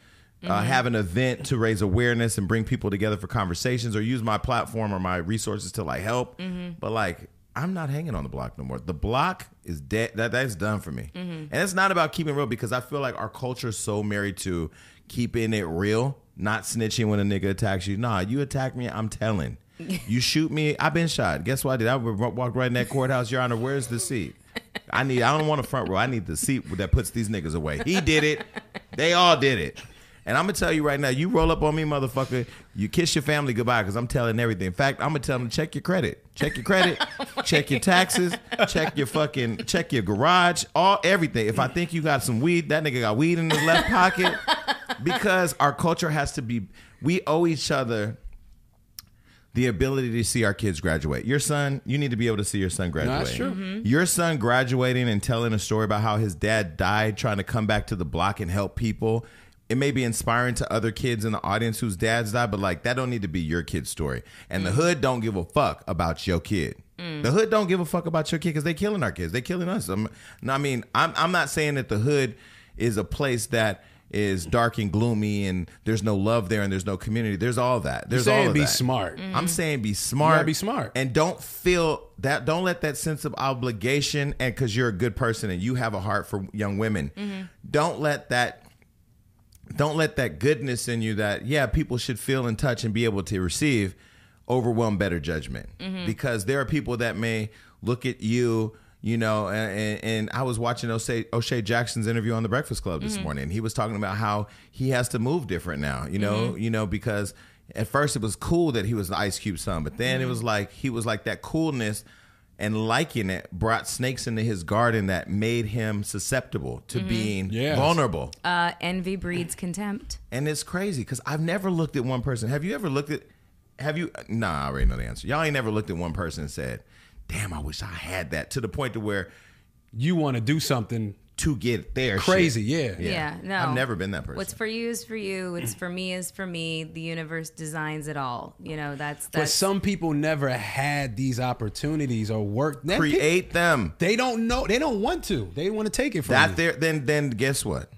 Uh, have an event to raise awareness and bring people together for conversations or use my platform or my resources to like help but like I'm not hanging on the block no more. The block is dead. That that's done for me. And it's not about keeping it real because I feel like our culture is so married to keeping it real, not snitching when a nigga attacks you. Nah, you attack me, I'm telling. You shoot me, I've been shot. Guess what I did? I wa- walked right in that courthouse, Your Honor. Where's the seat? I need. I don't want a front row. I need the seat that puts these niggas away. He did it. They all did it. And I'm gonna tell you right now, you roll up on me, motherfucker. You kiss your family goodbye because I'm telling everything. In fact, I'm gonna tell them check your credit, check your credit, check your taxes, check your fucking, check your garage, all everything. If I think you got some weed, that nigga got weed in his left pocket. Because our culture has to be, we owe each other the ability to see our kids graduate. Your son, you need to be able to see your son graduate.
that's true.
Your son graduating and telling a story about how his dad died trying to come back to the block and help people. It may be inspiring to other kids in the audience whose dads died, but like that don't need to be your kid's story. And the hood don't give a fuck about your kid. The hood don't give a fuck about your kid because they killing our kids. They killing us. I'm, no, I mean, I'm, I'm not saying that the hood is a place that is dark and gloomy and there's no love there and there's no community. There's all that. There's all
saying
of
be
that.
smart.
Mm-hmm.
I'm saying be smart.
gotta be smart.
And don't feel that don't let that sense of obligation and cuz you're a good person and you have a heart for young women. Don't let that don't let that goodness in you that yeah, people should feel in touch and be able to receive overwhelm better judgment. Because there are people that may look at you you know, and, and, and I was watching O'Shea, O'Shea Jackson's interview on the Breakfast Club this morning. He was talking about how he has to move different now, you know, you know, because at first it was cool that he was the Ice Cube son, but then it was like he was like that coolness and liking it brought snakes into his garden that made him susceptible to being
Yes.
vulnerable.
*laughs* uh, envy breeds contempt.
And it's crazy because I've never looked at one person. Have you ever looked at? Have you? Nah, I already know the answer. Y'all ain't never looked at one person and said, "Damn, I wish I had that." To the point to where
You want to do something
to get there,
crazy, yeah.
Yeah, no.
I've never been that person.
What's for you is for you. It's for me is for me. The universe designs it all. You know, that's
But
that's
some people never had these opportunities or work. that pe-
Create them.
They don't know. They don't want to. They want to take it from
That
you.
there, then then guess what?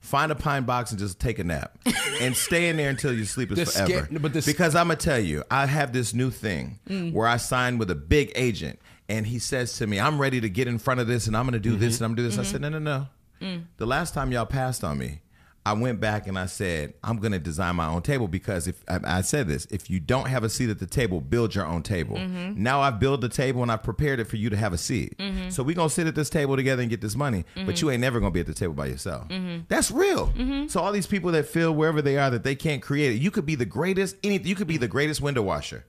Find a pine box and just take a
*laughs*
nap, and stay in there until your sleep is
The
forever.
sca- but the- Mm.
because I'm gonna tell you, I have this new thing where I sign with a big agent, and he says to me, I'm ready to get in front of this and I'm going to do
Mm-hmm.
this and I'm going to do this. I said, no, no, no.
Mm.
The last time y'all passed on me, I went back and I said, I'm going to design my own table because if I, I said this, if you don't have a seat at the table, build your own table.
Mm-hmm.
Now I've built the table and I've prepared it for you to have a seat. So we're going to sit at this table together and get this money, but you ain't never going to be at the table by yourself. That's real. So all these people that feel wherever they are that they can't create it, you could be the greatest, anything, you could be the greatest window washer.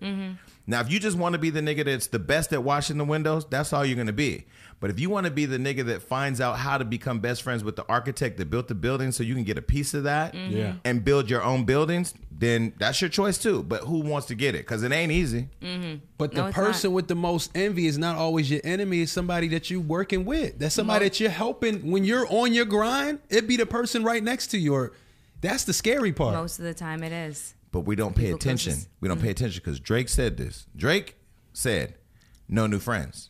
Now, if you just want to be the nigga that's the best at washing the windows, that's all you're going to be. But if you want to be the nigga that finds out how to become best friends with the architect that built the building so you can get a piece of that
Yeah.
and build your own buildings, then that's your choice too. But who wants to get it? Because it ain't easy.
But
No,
the
it's
person with the most envy is not always your enemy. It's somebody that you're working with. That's somebody that you're helping. When you're on your grind, it'd be the person right next to you. Or that's the scary part.
Most of the time, it is.
But we don't pay
People
attention.
closest.
We don't pay attention because Drake said this. Drake said, no new friends.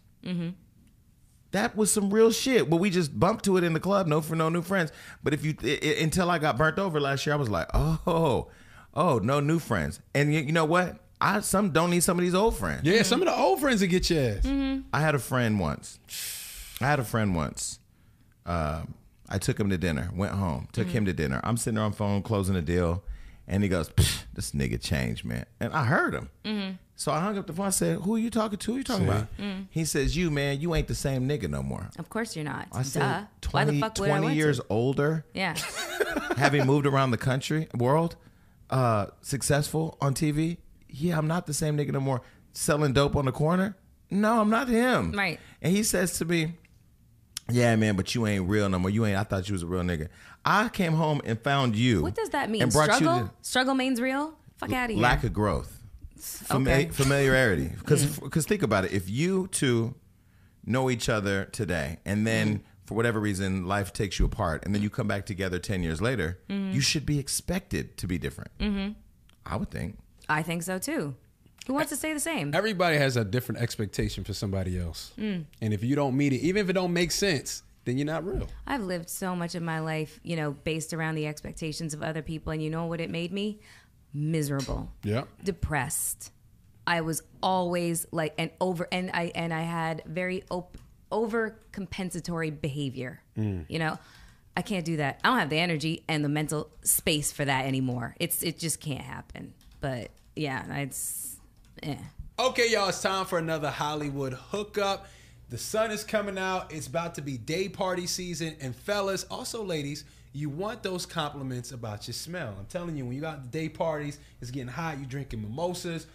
That was some real shit. But we just bumped to it in the club. No for no new friends. But if you i i until I got burnt over last year, I was like, oh, oh, no new friends. And you, you know what? I some don't need some of these old friends.
Yeah, some of the old friends will get your ass.
Mm.
I had a friend once. I had a friend once. Um, I took him to dinner. Went home.
Mm-hmm.
Took him to dinner. I'm sitting there on phone closing the deal, and he goes, "Psh, "This nigga changed, man." And I heard him.
Mm-hmm.
So I hung up the phone. I said, "Who are you talking to? Who you talking about?"
Mm.
He says, "You, man. You ain't the same nigga no more."
Of course, you're not.
I said,
Duh.
20,
Why the fuck would I
20
want
years
to?
older,
Yeah.
having moved around the country, world, uh, successful on TV. Yeah, I'm not the same nigga no more. Selling dope on the corner. No, I'm not him.
Right.
And he says to me, "Yeah, man, but you ain't real no more. You ain't. I thought you was a real nigga. I came home and found you.
*laughs* What does that mean?
And brought
Struggle?
you to
Struggle means real? Fuck out of here.
lack of growth, Fami-
Okay.
familiarity. Because think about it. If you two know each other today, and
Mm-hmm.
then for whatever reason life takes you apart, and then you come back together ten years later,
Mm-hmm.
you should be expected to be different. I would think.
I think so too. Who wants to stay the same?
Everybody has a different expectation for somebody else.
Mm.
And if you don't meet it, even if it don't make sense, then you're not real.
I've lived so much of my life, you know, based around the expectations of other people. And you know what it made me? Miserable.
Yeah.
Depressed. I was always like and over and I and I had very op- over compensatory behavior.
Mm.
You know, I can't do that. I don't have the energy and the mental space for that anymore. It's it just can't happen. But yeah, it's eh.
Okay, y'all, it's time for another Hollywood hookup. The sun is coming out. It's about to be day party season. And fellas, also ladies, you want those compliments about your smell. I'm telling you, when you got the day parties, it's getting hot, you drinking mimosas.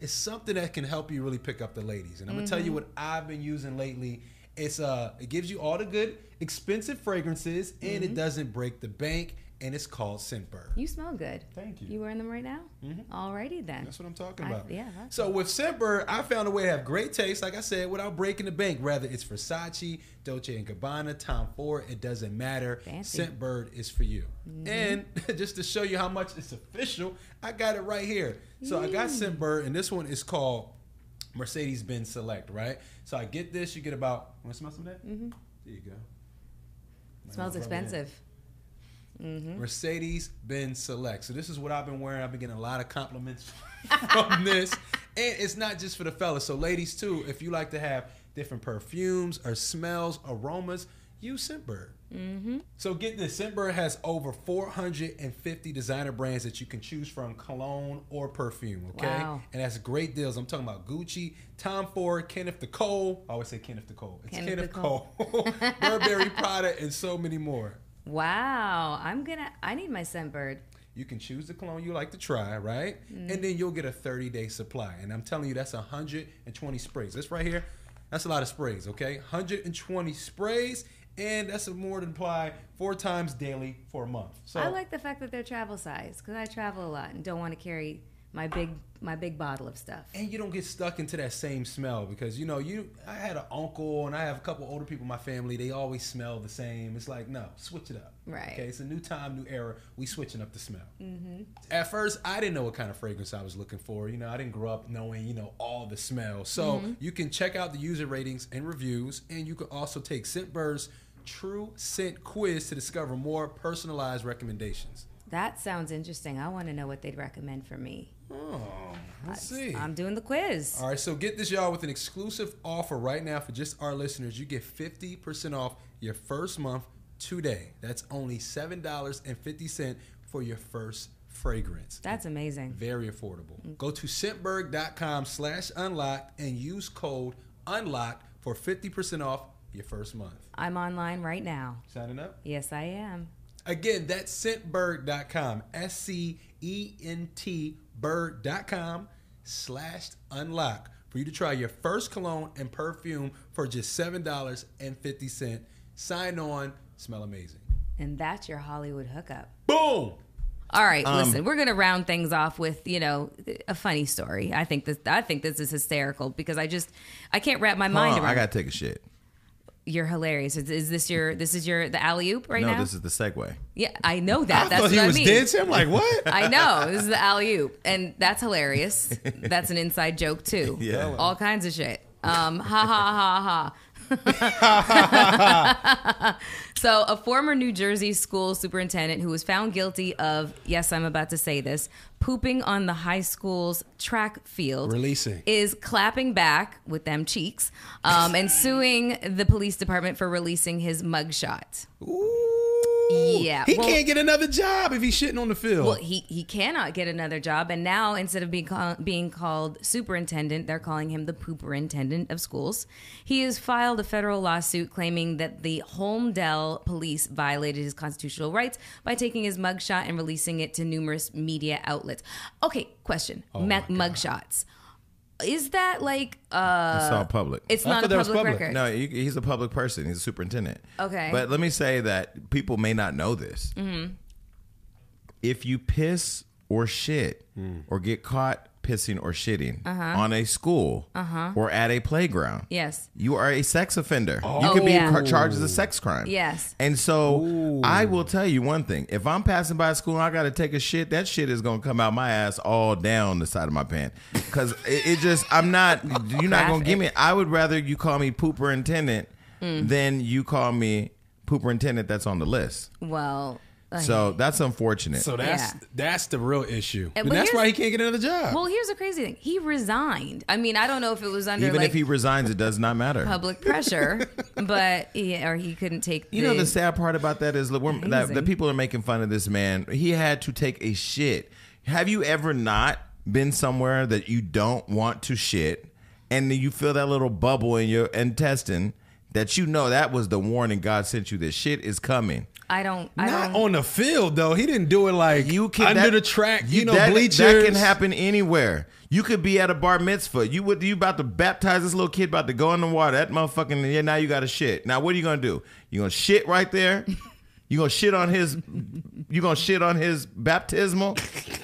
It's something that can help you really pick up the ladies. And I'm gonna tell you what I've been using lately. It's uh it gives you all the good expensive fragrances and it doesn't break the bank, and it's called Scentbird.
You smell good.
Thank you. Mm-hmm.
You wearing them right now? Alrighty then.
That's what I'm talking
I-
about.
yeah, that's-
So with Scentbird, I found a way to have great taste, like I said, without breaking the bank. Rather, it's Versace, Dolce and Gabbana, Tom Ford. It doesn't matter.
Fancy. Mm-hmm.
Scentbird is for you. And *laughs* just to show you how much it's official, I got it right here. So I got Scentbird, and this one is called Mercedes Benz Select. Right. So I get this. You get about. Want to smell some of that? Mm-hmm. There you go.
Smells
Rub it in.
expensive. Mm-hmm.
Mercedes Benz Select. So this is what I've been wearing. I've been getting a lot of compliments *laughs* from this, and it's not just for the fellas. So ladies too, if you like to have different perfumes or smells, aromas, use Scentbird.
Mm-hmm.
So get this, Scentbird has over 450 designer brands that you can choose from, cologne or perfume. Okay,
Wow.
and that's great deals. I'm talking about Gucci, Tom Ford, Kenneth the Cole. I always say Kenneth the Cole. It's
Kenneth
Kenneth,
the
Cole, *laughs* Burberry Prada, and so many more.
Wow, I'm gonna. I need my scentbird.
You can choose the cologne you like to try, right?
Mm.
And then you'll get a 30 day supply. And I'm telling you, that's 120 sprays. This right here, that's a lot of sprays, okay? 120 sprays, and that's a more than apply four times daily for a month. So
I like the fact that they're travel size because I travel a lot and don't want to carry my big my big bottle of stuff.
and you don't get stuck into that same smell because you know you i had an uncle and i have a couple older people in my family they always smell the same it's like no switch it up
Right.
okay it's a new time new era we switching up the smell at first i didn't know what kind of fragrance i was looking for you know i didn't grow up knowing you know all the smells so you can check out the user ratings and reviews and you can also take scentbird's true scent quiz to discover more personalized recommendations
That sounds interesting. I want to know what they'd recommend for me.
Oh, Let's see.
I'm doing the quiz.
All right, so get this, y'all, with an exclusive offer right now for just our listeners. You get 50% off your first month today. That's only $7.50 for your first fragrance.
That's amazing.
Very affordable. Go to scentberg.com slash unlocked and use code unlocked for 50% off your first month.
I'm online right now.
Signing up?
Yes, I am.
Again, that's scentberg.com. S C E N T bird.com slash unlock for you to try your first cologne and perfume for just $7.50. Sign on, smell amazing.
And that's your Hollywood hookup.
Boom!
All right,
Um,
listen, we're gonna round things off with you know a funny story. I think this I think this is hysterical because I just I can't wrap my mind
Hold on,
around.
I gotta take a shit.
You're hilarious. Is, is this your this is your the alley oop right
no,
now?
this is the segue.
yeah, I know that. that's
thought
what
he
I
was
mean.
dancing. I'm like, what?
I know this is the alley oop, and that's hilarious. that's an inside joke too.
Yeah.
all kinds of shit. Um, ha ha ha ha. So, a former New Jersey school superintendent who was found guilty of, yes, I'm about to say this, pooping on the high school's track field.
Releasing.
Is clapping back with them cheeks um, and suing the police department for releasing his mugshot.
Ooh.
Yeah,
He
well-
can't get another job if he's shitting on the field.
Well, he, he cannot get another job. And now, instead of being, call, being called superintendent, they're calling him the pooperintendent of schools. He has filed a federal lawsuit claiming that the Holmdel police violated his constitutional rights by taking his mugshot and releasing it to numerous media outlets. Okay, question
Oh
Mug- mugshots. Is that like, uh,
*laughs* it's all public.
it's
I
not
thought
a
that
public,
was public.
record?
No, he- he's a public person. He's a superintendent.
Okay.
But let me say that people may not know this. If you piss or shit or get caught pissing or shitting on a school or at a playground,
Yes.
you are a sex offender. You could
Oh,
be
yeah.
car- charged as a sex crime.
Yes.
And so I will tell you one thing. If I'm passing by a school and I got to take a shit, that shit is going to come out my ass all down the side of my pant. Because it, it just, I'm not, you're not going to give me, I would rather you call me pooper intendant
Mm.
than you call me pooper intendant that's on the list.
Well, like-
So that's unfortunate.
so that's
Yeah.
that's the real issue.
And-
And
but
that's
here's-
why he can't get another job.
well, here's the crazy thing. He resigned. I mean, I don't know if it was under
Even
like,
if he resigns, it does not matter. *laughs*
public pressure, but yeah, or he couldn't take.
You know the sad part about that is look, we're, that,
Amazing.
that people are making fun of this man. He had to take a shit. Have you ever not been somewhere that you don't want to shit, and then you feel that little bubble in your intestine that you know that was the warning God sent you that shit is coming.
I don't. I
not
don't.
on the field though. He didn't do it like
You can
under
that-
the track, you, know,
that,
bleachers.
That can happen anywhere. You could be at a bar mitzvah. You would you about to baptize this little kid about to go in the water. That motherfucking yeah, now you gotta shit. Now what are you gonna do? You gonna shit right
*laughs*
there? You gonna shit on his you gonna shit on his baptismal?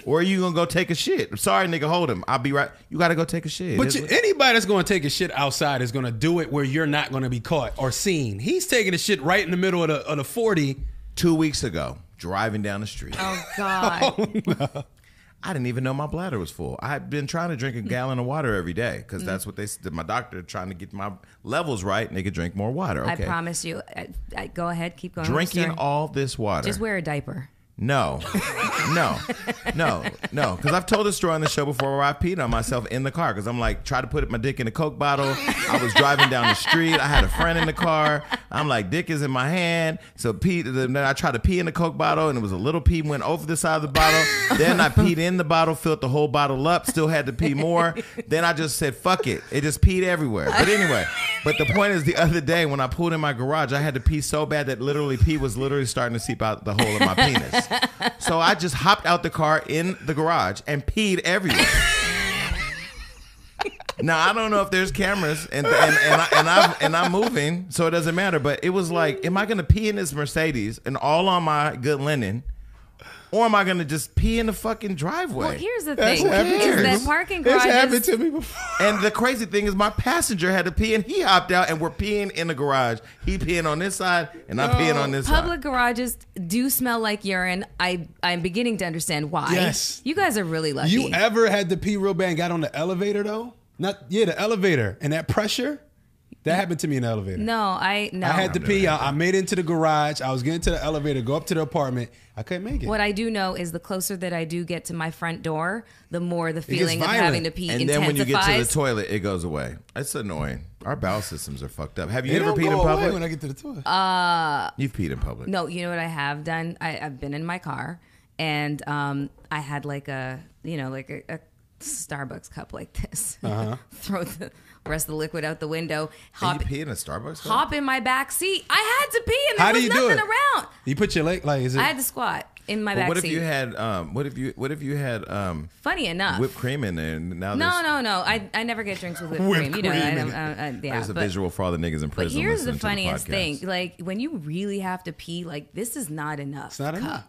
Or are you gonna go take a shit? I'm sorry, nigga, hold him. I'll be right. You gotta go take a shit.
But
It's-
you, anybody that's going to take a shit outside is going to do it where you're not going to be caught or seen. He's taking a shit right in the middle of the, of the 40.
two weeks ago, driving down the street. *laughs*
Oh God!
I didn't even know my bladder was full. I've been trying to drink a gallon of water every day because that's what they said. My doctor trying to get my levels right and they could drink more water.
I
Okay.
promise you. I, I, go ahead, keep going. with the
Drinking
story.
all this water.
Just wear a diaper.
no, no, no, no. Because I've told this story on the show before where I peed on myself in the car because I'm like, try to put my dick in a Coke bottle. I was driving down the street. I had a friend in the car. I'm like, dick is in my hand. So pee. Then I tried to pee in the Coke bottle and it was a little pee went over the side of the bottle. Then I peed in the bottle, filled the whole bottle up, still had to pee more. Then I just said, fuck it. It just peed everywhere. But anyway, but the point is the other day when I pulled in my garage, I had to pee so bad that literally pee was literally starting to seep out the hole of my penis. So I just hopped out the car in the garage and peed everywhere. Now I don't know if there's cameras and and and, I, and I'm and I'm moving, so it doesn't matter. But it was like, am I gonna pee in this Mercedes and all on my good linen, or am I gonna just pee in the fucking driveway?
Well, here's the thing:
happened to
is
me.
that parking
It's happened
garages.
to me before.
and the crazy thing is, my passenger had to pee, and he hopped out, and we're peeing in the garage. He peeing on this side, and I'm peeing on this side.
Public garages do smell like urine. I I'm beginning to understand why.
Yes.
you guys are really lucky.
*laughs* You ever had to pee real bad and got on the elevator though? Not yeah, the elevator and that pressure. That happened to me in the elevator.
No, I no.
I had to
I've
pee.
never had
I, I made it into the garage. I was getting to the elevator, go up to the apartment. I couldn't make it.
What I do know is the closer that I do get to my front door, the more the feeling of
violent.
having to pee
And
intensifies.
then when you get to the toilet, it goes away. It's annoying. Our bowel systems are fucked up. Have you
It
ever
don't
peed
go
in
away
public?
when I get to the toilet.
You've peed in public.
No, you know what I have done? I, I've been in my car and um, I had like a, you know, like a, a Starbucks cup like this. *laughs* Throw the rest of the liquid out the window.
Uh-huh. And
Hop,
you pee in a Starbucks? though?
hop in my back seat. I had to pee and there
How do
was
you do
nothing
it?
around.
you put your leg like is it?
I had to squat in my
But
back
what if
seat.
you had um what if you what if you had um
Funny enough.
whipped cream in there and now
no,
there's
no, no. I, I never get drinks with whipped,
Whipped
cream. You know,
cream
I
in
don't.
it.
Uh, uh, yeah,
there's a
but-
visual for all the niggas in
But
prison.
here's the
listening to
funniest
podcast.
thing: like when you really have to pee, like this is not enough. It's
not
cup.
enough.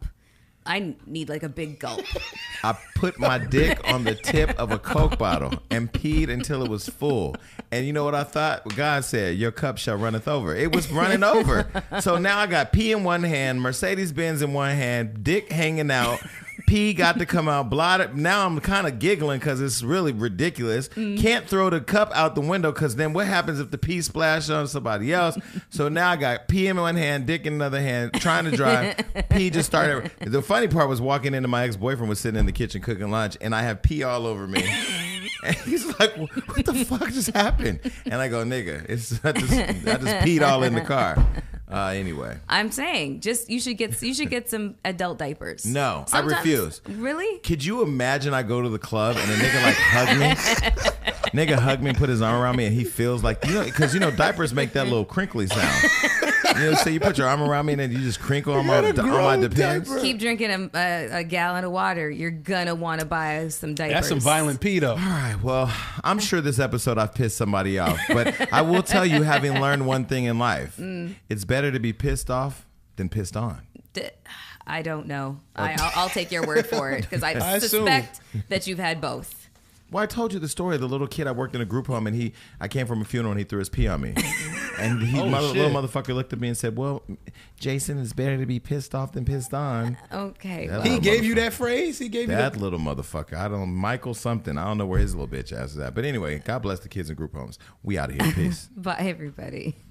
I need like a big gulp.
I put my dick on the tip of a Coke bottle and peed until it was full. And you know what I thought? God said, Your cup shall runneth over. It was running over. So now I got pee in one hand, Mercedes Benz in one hand, dick hanging out. Pee got to come out, blotted. Now I'm kind of giggling because it's really ridiculous. Can't throw the cup out the window because then what happens if the pee splash on somebody else? So now I got pee in one hand, dick in another hand, trying to drive. pee just started. The funny part was walking into my ex boyfriend was sitting in the kitchen cooking lunch, and I have pee all over me. And he's like, "What the fuck just happened?" And I go, "Nigga, it's I just, I just peed all in the car." Uh, anyway,
I'm saying, just you should get you should get some adult diapers.
No, I
Sometimes-
refuse.
Really?
could you imagine? I go to the club and a nigga like hug me.
*laughs*
Nigga hug me, put his arm around me, and he feels like you know because you know diapers make that little crinkly sound. You know, so you put your arm around me and then you just crinkle on my on my
grown
depends.
diaper.
Keep drinking a, a, a gallon of water. You're gonna want to buy some diapers.
That's some violent pee *laughs* though.
All right. Well, I'm sure this episode I've pissed somebody off, but I will tell you, having learned one thing in life,
Mm.
it's better to be pissed off than pissed on.
D- I don't know. I, I'll, I'll take your word for it because I,
I assume.
suspect that you've had both.
Well, I told you the story of the little kid I worked in a group home, and he I came from a funeral, and he threw his pee
*laughs*
on me, and he
Oh,
mother,
shit.
little motherfucker looked at me and said, "Well, Jason, it's better to be pissed off than pissed
*laughs*
on."
Okay.
That
well,
He
Oh,
gave you
motherfucker.
that phrase. He gave
That
you
little motherfucker, I don't Michael something. I don't know where his little bitch ass is at. But anyway, God bless the kids in group homes. We out of here. Peace.
bye everybody.